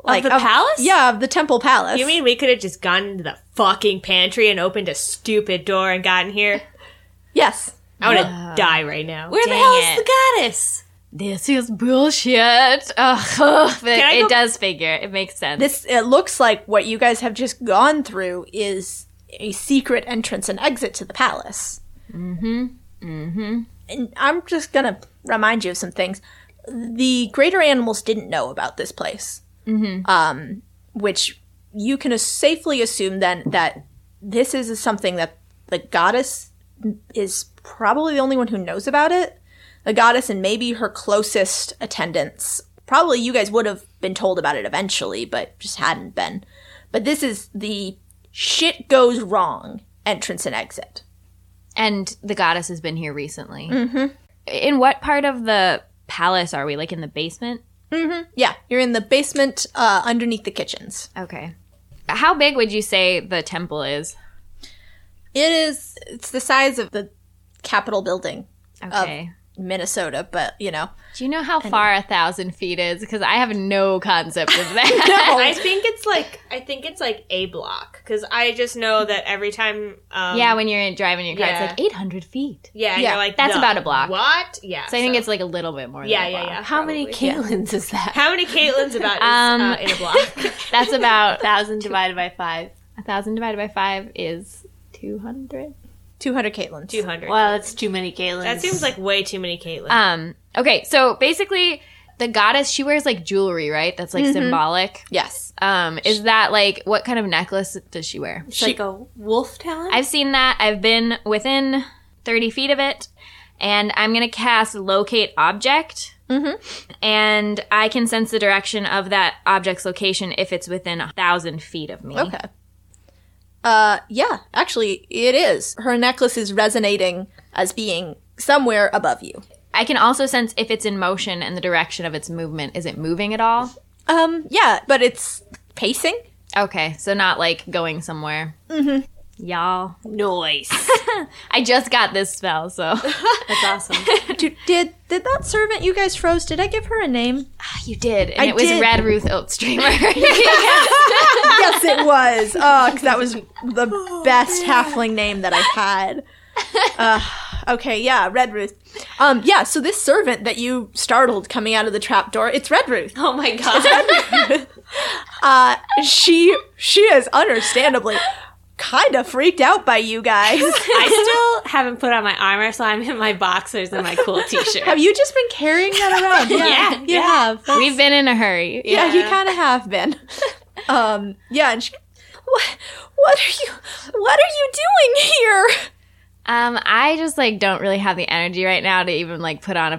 [SPEAKER 1] Like
[SPEAKER 5] the palace?
[SPEAKER 1] Yeah, of the temple palace.
[SPEAKER 4] You mean we could have just gone into the fucking pantry and opened a stupid door and gotten here?
[SPEAKER 1] Yes.
[SPEAKER 4] I want to die right now.
[SPEAKER 5] Where the hell is the goddess?
[SPEAKER 2] This is bullshit. Ugh, (laughs) but
[SPEAKER 4] I
[SPEAKER 2] it
[SPEAKER 4] go-
[SPEAKER 2] does figure. It makes sense.
[SPEAKER 1] this it looks like what you guys have just gone through is a secret entrance and exit to the palace. Mm-hmm. Mm-hmm. And I'm just gonna remind you of some things. The greater animals didn't know about this place, mm-hmm. um, which you can as- safely assume then that this is something that the goddess is probably the only one who knows about it. The goddess and maybe her closest attendants. Probably you guys would have been told about it eventually, but just hadn't been. But this is the shit goes wrong entrance and exit.
[SPEAKER 2] and the goddess has been here recently. Mm-hmm. In what part of the palace are we? Like in the basement?
[SPEAKER 1] Yeah, you're in the basement uh, underneath the kitchens.
[SPEAKER 2] Okay. How big would you say the temple is?
[SPEAKER 1] It is, it's the size of the Capitol building,
[SPEAKER 2] Okay.
[SPEAKER 1] Minnesota, but you know.
[SPEAKER 2] Do you know how far a thousand feet is? Because I have no concept (laughs) of that.
[SPEAKER 4] I think it's like I think it's like a block because I just know that every time. Um,
[SPEAKER 2] yeah, when you're driving your car,
[SPEAKER 4] Yeah.
[SPEAKER 2] it's like 800 feet.
[SPEAKER 4] yeah, and
[SPEAKER 1] yeah,
[SPEAKER 4] you're like
[SPEAKER 2] that's
[SPEAKER 4] "The
[SPEAKER 2] about a block."
[SPEAKER 4] What? Yeah.
[SPEAKER 2] So I think it's like a little bit more
[SPEAKER 4] yeah,
[SPEAKER 2] than a
[SPEAKER 4] yeah,
[SPEAKER 2] block.
[SPEAKER 4] yeah.
[SPEAKER 5] How many Caitlins is that?
[SPEAKER 4] How many Caitlins about is,
[SPEAKER 2] Um,
[SPEAKER 4] uh, in
[SPEAKER 2] (laughs)
[SPEAKER 4] a block?
[SPEAKER 2] That's about (laughs)
[SPEAKER 5] Thousand divided by five.
[SPEAKER 2] a thousand divided by five is 200.
[SPEAKER 1] 200 Caitlin.
[SPEAKER 4] Two hundred.
[SPEAKER 5] Wow, that's too many Caitlins.
[SPEAKER 4] That seems like way too many Caitlins.
[SPEAKER 2] Um, okay, so basically, the goddess, she wears like jewelry, right? That's like symbolic.
[SPEAKER 1] Yes.
[SPEAKER 2] Um, is that like what kind of necklace does she wear?
[SPEAKER 5] It's like a wolf talent.
[SPEAKER 2] I've seen that. I've been within 30 feet of it. And I'm going to cast Locate Object. Mm-hmm. And I can sense the direction of that object's location if it's within a thousand feet of me.
[SPEAKER 1] Okay. Uh, yeah, actually, it is. Her necklace is resonating as being somewhere above you.
[SPEAKER 2] I can also sense if it's in motion and the direction of its movement. Is it moving at all?
[SPEAKER 1] Um, yeah, but it's pacing.
[SPEAKER 2] Okay, so not like going somewhere. Mm-hmm. Y'all.
[SPEAKER 5] Noise.
[SPEAKER 2] I just got this spell,
[SPEAKER 1] (laughs)
[SPEAKER 2] so. Ah, (laughs)
[SPEAKER 5] That's awesome.
[SPEAKER 1] Dude, did did that servant you guys froze? Did I give her a name?
[SPEAKER 2] you did. And
[SPEAKER 1] I
[SPEAKER 2] it was
[SPEAKER 1] did.
[SPEAKER 2] Red Ruth (laughs) Oatstreamer.
[SPEAKER 1] (laughs) yes, it was. Oh, because that was the best halfling name that I had. Uh, okay, yeah, Red Ruth. Um, yeah. So this servant that you startled coming out of the trapdoor, it's Red Ruth.
[SPEAKER 4] (laughs)
[SPEAKER 5] Oh my god.
[SPEAKER 1] Uh, she she is understandably kind of freaked out by you (laughs) guys.
[SPEAKER 5] I still haven't put on my armor, so I'm in my boxers and my cool t-shirt.
[SPEAKER 1] have you just been carrying that around?
[SPEAKER 5] Yeah,
[SPEAKER 1] you have.
[SPEAKER 2] We've been in a hurry.
[SPEAKER 1] Yeah, you kind of have (laughs) been. um, yeah, and she, what, what are you, what are you doing here?
[SPEAKER 2] Um, I just like don't really have the energy right now to even like put on a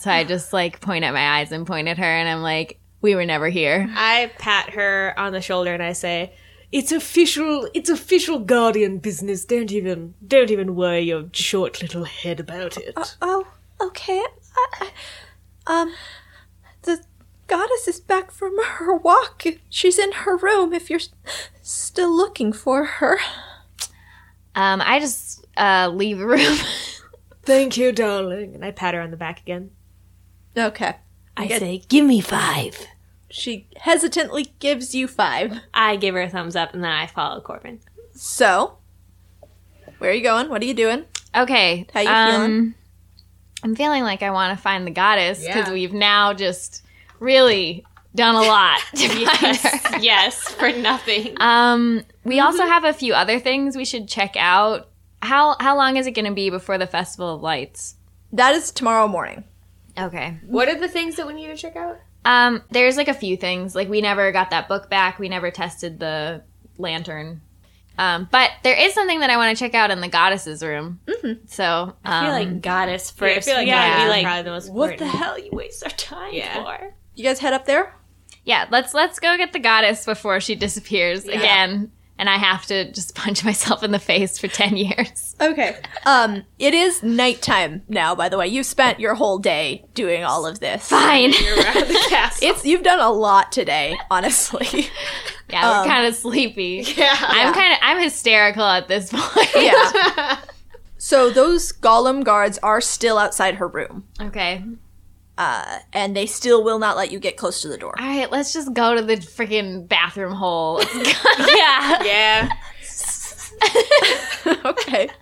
[SPEAKER 1] (sighs)
[SPEAKER 2] so I just like point at my eyes and point at her, and I'm like, "We were never here."
[SPEAKER 4] I pat her on the shoulder and I say,
[SPEAKER 3] It's official. It's official guardian business. Don't even. Don't even worry your short little head about it.
[SPEAKER 1] Oh, okay. I, I- um, the goddess is back from her walk. She's in her room if you're s- still looking for her.
[SPEAKER 2] Um, I just uh, leave the room. (laughs)
[SPEAKER 3] Thank you, darling.
[SPEAKER 4] And I pat her on the back again.
[SPEAKER 1] Okay.
[SPEAKER 6] I
[SPEAKER 1] Good.
[SPEAKER 6] say, give me five.
[SPEAKER 1] She hesitantly gives you five.
[SPEAKER 5] I give her a thumbs up and then I follow Corbin.
[SPEAKER 1] So, where are you going? What are you doing?
[SPEAKER 2] okay.
[SPEAKER 1] How you
[SPEAKER 2] um, I'm feeling like I want to find the goddess because
[SPEAKER 4] Yeah.
[SPEAKER 2] we've now just really done a lot.
[SPEAKER 1] (laughs)
[SPEAKER 2] to find her.
[SPEAKER 5] yes, for nothing.
[SPEAKER 2] Um, we also have a few other things we should check out. How how long is it going to be before the Festival of Lights?
[SPEAKER 1] That is tomorrow morning.
[SPEAKER 2] Okay.
[SPEAKER 4] What are the things that we need to check out?
[SPEAKER 2] Um, there's like a few things. Like we never got that book back. We never tested the lantern. Um, but there is something that I want to check out in the goddess's room. Mm-hmm. So um,
[SPEAKER 5] I feel like goddess
[SPEAKER 4] I
[SPEAKER 5] first.
[SPEAKER 4] feel like
[SPEAKER 5] yeah,
[SPEAKER 4] that would
[SPEAKER 5] be
[SPEAKER 4] be
[SPEAKER 5] like,
[SPEAKER 4] probably the most
[SPEAKER 5] what
[SPEAKER 4] important.
[SPEAKER 5] the hell you waste our time
[SPEAKER 4] Yeah.
[SPEAKER 3] (laughs)
[SPEAKER 5] for?
[SPEAKER 1] You guys head up there?
[SPEAKER 2] yeah, let's let's go get the goddess before she disappears again, and I have to just (laughs) punch myself in the face for ten years.
[SPEAKER 1] Okay. Um, it is nighttime now, by the way. You spent your whole day doing all of this.
[SPEAKER 2] Fine.
[SPEAKER 1] It's you've done a lot today, (laughs) honestly.
[SPEAKER 2] (laughs) yeah, we're
[SPEAKER 1] Um,
[SPEAKER 2] kind of (laughs) sleepy.
[SPEAKER 4] Yeah.
[SPEAKER 2] I'm kind of I'm hysterical at this (laughs) point.
[SPEAKER 1] yeah. So those golem guards are still outside her room.
[SPEAKER 2] (laughs) Okay.
[SPEAKER 1] Uh, and they still will not let you get close to the door.
[SPEAKER 2] All right. Let's just go to the freaking bathroom (laughs) hole.
[SPEAKER 5] Yeah.
[SPEAKER 4] (laughs) Yeah.
[SPEAKER 1] okay. (laughs)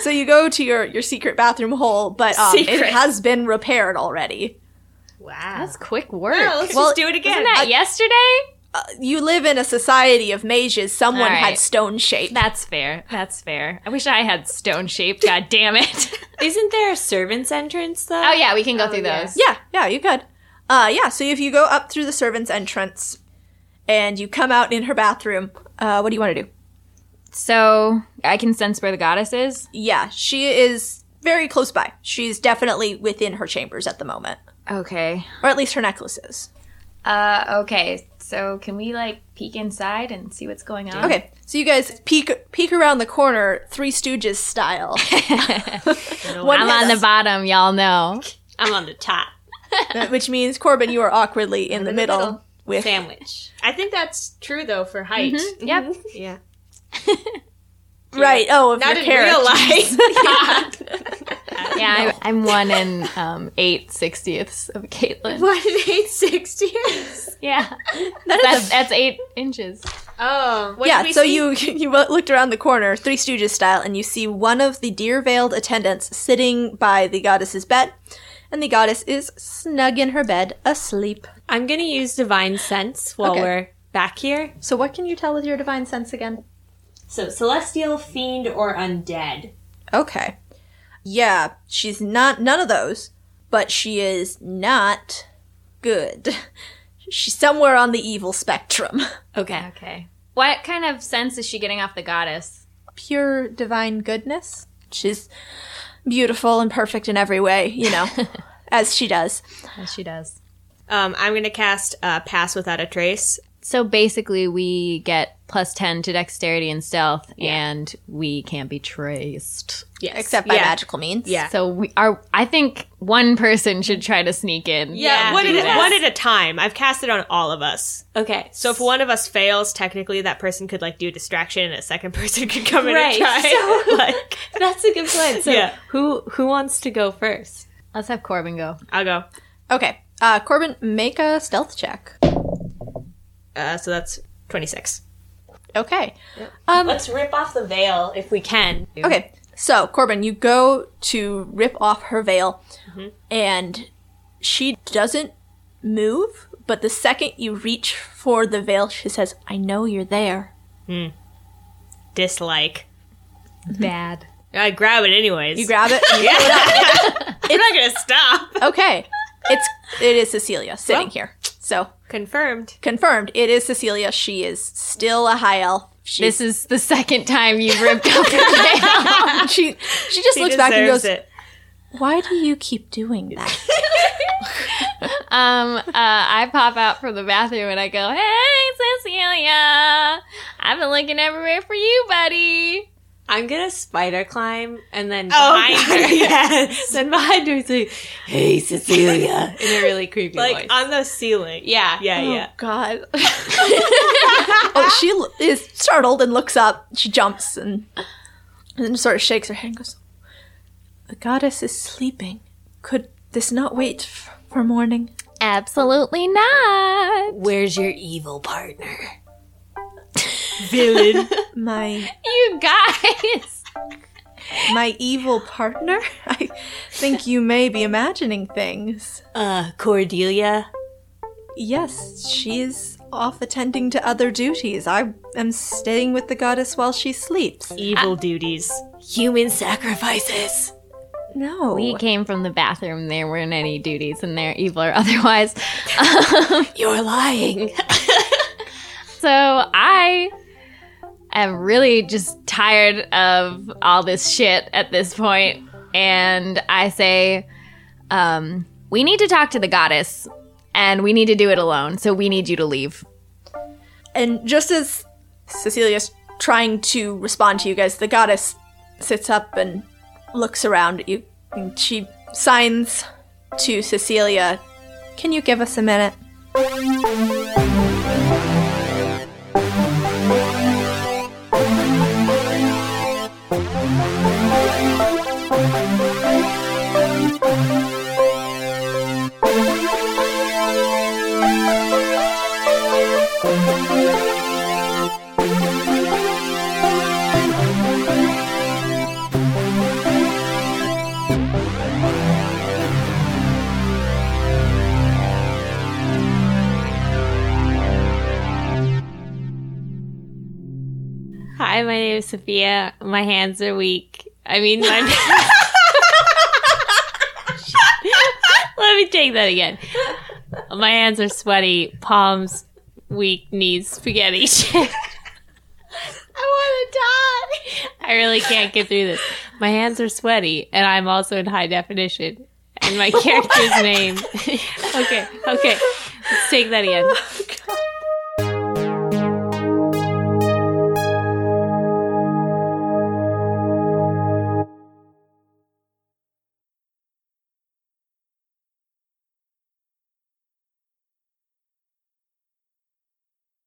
[SPEAKER 1] So you go to your, your secret bathroom hole, but um, it
[SPEAKER 5] Secret.
[SPEAKER 1] has been repaired already.
[SPEAKER 4] Wow.
[SPEAKER 2] That's quick work.
[SPEAKER 4] let's
[SPEAKER 1] Well,
[SPEAKER 4] just do it again.
[SPEAKER 2] Wasn't that yesterday?
[SPEAKER 1] Uh, you live in a society of mages. Someone
[SPEAKER 2] All right.
[SPEAKER 1] had stone shape.
[SPEAKER 2] That's fair. That's fair. I wish I had stone shaped. (laughs) God damn it.
[SPEAKER 5] Isn't there a servant's entrance though?
[SPEAKER 2] oh yeah, we can go through those.
[SPEAKER 1] Yeah, yeah, you could. Uh, yeah, so if you go up through the servants' entrance and you come out in her bathroom, uh, what do you want to do?
[SPEAKER 2] So I can sense where the goddess is.
[SPEAKER 1] Yeah, she is very close by. She's definitely within her chambers at the moment,
[SPEAKER 2] Okay.
[SPEAKER 1] or at least her necklace is.
[SPEAKER 2] Uh. Okay. So can we like peek inside and see what's going on?
[SPEAKER 1] Okay, so you guys peek peek around the corner, Three Stooges
[SPEAKER 4] (laughs)
[SPEAKER 1] style. (laughs) One
[SPEAKER 2] I'm on the bottom. Y'all know.
[SPEAKER 5] I'm on the top.
[SPEAKER 1] the which means Corbin, you are awkwardly in the middle, with
[SPEAKER 5] Sandwich. Mm-hmm.
[SPEAKER 4] I think that's true though for height.
[SPEAKER 2] Yep.
[SPEAKER 4] Yeah.
[SPEAKER 1] right. Oh, of
[SPEAKER 4] Not
[SPEAKER 1] your
[SPEAKER 4] in
[SPEAKER 1] character.
[SPEAKER 4] real life.
[SPEAKER 1] (laughs)
[SPEAKER 4] (laughs)
[SPEAKER 2] Yeah. I, I'm one and um eight sixtieths of Caitlin.
[SPEAKER 4] What an eight sixty.
[SPEAKER 2] Yeah. That's, that's eight inches.
[SPEAKER 4] Oh. What
[SPEAKER 1] yeah,
[SPEAKER 4] did we
[SPEAKER 1] so
[SPEAKER 4] see?
[SPEAKER 1] you (laughs) you looked around the corner, Three Stooges style, and you see one of the deer veiled attendants sitting by the goddess's bed, and the goddess is snug in her bed, asleep.
[SPEAKER 5] I'm gonna use divine sense while
[SPEAKER 1] Okay.
[SPEAKER 5] we're back here.
[SPEAKER 1] So, what can you tell with your divine sense again?
[SPEAKER 5] So celestial, fiend, or undead.
[SPEAKER 1] Okay, yeah, she's not none of those, but she is not good. (laughs) She's somewhere on the evil spectrum. (laughs)
[SPEAKER 5] Okay.
[SPEAKER 2] Okay. What kind of sense is she getting off the goddess?
[SPEAKER 1] Pure divine goodness. She's beautiful and perfect in every way, you (laughs) know, as she does.
[SPEAKER 2] As she does.
[SPEAKER 4] Um, I'm gonna cast uh, pass without a trace.
[SPEAKER 2] So basically, we get plus 10 to dexterity and stealth, and we can't be traced.
[SPEAKER 4] Yes.
[SPEAKER 1] Except by
[SPEAKER 4] yeah.
[SPEAKER 1] magical means.
[SPEAKER 4] Yeah.
[SPEAKER 2] So we are, I think one person should try to sneak in.
[SPEAKER 4] Yeah, one,
[SPEAKER 5] do
[SPEAKER 4] at,
[SPEAKER 5] that.
[SPEAKER 4] one at a time. I've cast it on all of us.
[SPEAKER 5] Okay.
[SPEAKER 4] So if one of us fails, technically that person could like do distraction, and a second (laughs) person could come in
[SPEAKER 5] Right,
[SPEAKER 4] and try. (laughs)
[SPEAKER 5] so-
[SPEAKER 4] like,
[SPEAKER 5] that's a good plan. (laughs) So
[SPEAKER 4] Yeah.
[SPEAKER 5] who who wants to go first?
[SPEAKER 2] Let's have Corbin go.
[SPEAKER 4] I'll go.
[SPEAKER 1] Okay. Uh, Corbin, make a stealth check.
[SPEAKER 4] Uh, so that's twenty six.
[SPEAKER 1] Okay.
[SPEAKER 5] Let's rip off the veil if we can.
[SPEAKER 1] Okay. So, Corbin, you go to rip off her veil,
[SPEAKER 4] Mm-hmm.
[SPEAKER 1] and she doesn't move, but the second you reach for the veil, she says, I know you're there.
[SPEAKER 4] Dislike.
[SPEAKER 2] Bad.
[SPEAKER 4] I grab it anyways.
[SPEAKER 1] You grab it. and
[SPEAKER 4] (laughs)
[SPEAKER 1] you-
[SPEAKER 4] I'm not gonna stop.
[SPEAKER 1] okay. It's it is Cecilia sitting here. So
[SPEAKER 4] Confirmed.
[SPEAKER 1] confirmed, it is Cecilia. She is still a high elf. She
[SPEAKER 2] This is the second time you've (laughs) ripped off your
[SPEAKER 4] (laughs)
[SPEAKER 1] (laughs)
[SPEAKER 2] veil.
[SPEAKER 1] she she just
[SPEAKER 4] She
[SPEAKER 1] looks
[SPEAKER 4] deserves
[SPEAKER 1] back and goes,
[SPEAKER 4] it.
[SPEAKER 1] "Why do you keep doing that?"
[SPEAKER 2] Um, uh, I pop out from the bathroom and I go, "Hey, Cecilia, I've been looking everywhere for you, buddy."
[SPEAKER 4] I'm gonna spider climb and then
[SPEAKER 7] Oh,
[SPEAKER 4] behind her. (laughs) Yes. Then behind her and say, Hey Cecilia (laughs) in a really creepy
[SPEAKER 7] like
[SPEAKER 4] voice.
[SPEAKER 7] on the ceiling.
[SPEAKER 4] yeah.
[SPEAKER 7] yeah, yeah.
[SPEAKER 1] Oh God. oh, she l- is startled and looks up. She jumps and and then sort of shakes her head and goes, "The goddess is sleeping. Could this not wait f- for morning?"
[SPEAKER 2] Absolutely not.
[SPEAKER 5] Where's your evil partner? (laughs)
[SPEAKER 8] Villain.
[SPEAKER 1] My
[SPEAKER 2] You guys. (laughs)
[SPEAKER 1] my evil partner. (laughs) I think you may be imagining things.
[SPEAKER 5] Uh, Cordelia?
[SPEAKER 1] Yes, she is off attending to other duties. I am staying with the goddess while she sleeps.
[SPEAKER 4] Ah.
[SPEAKER 8] Evil duties.
[SPEAKER 5] Human sacrifices.
[SPEAKER 1] No.
[SPEAKER 2] We came from the bathroom. There weren't any duties in there, evil or otherwise.
[SPEAKER 5] You're lying.
[SPEAKER 2] So I am really just tired of all this shit at this point, and I say, um, we need to talk to the goddess, and we need to do it alone. So we need you to leave.
[SPEAKER 1] And just as Cecilia's trying to respond to you guys, the goddess sits up and looks around at you. And she signs to Cecilia, Can you give us a minute?
[SPEAKER 4] Hi, my name is Sophia. My hands are weak. I (laughs)
[SPEAKER 8] (laughs)
[SPEAKER 4] mean, my. Let me take that again. My hands are sweaty, palms weak, knees spaghetti (laughs) shaped. I want to die. I really can't get through this. My hands are sweaty, and I'm also in
[SPEAKER 8] (laughs)
[SPEAKER 4] high definition. And my character's name. okay, okay. Let's take that again.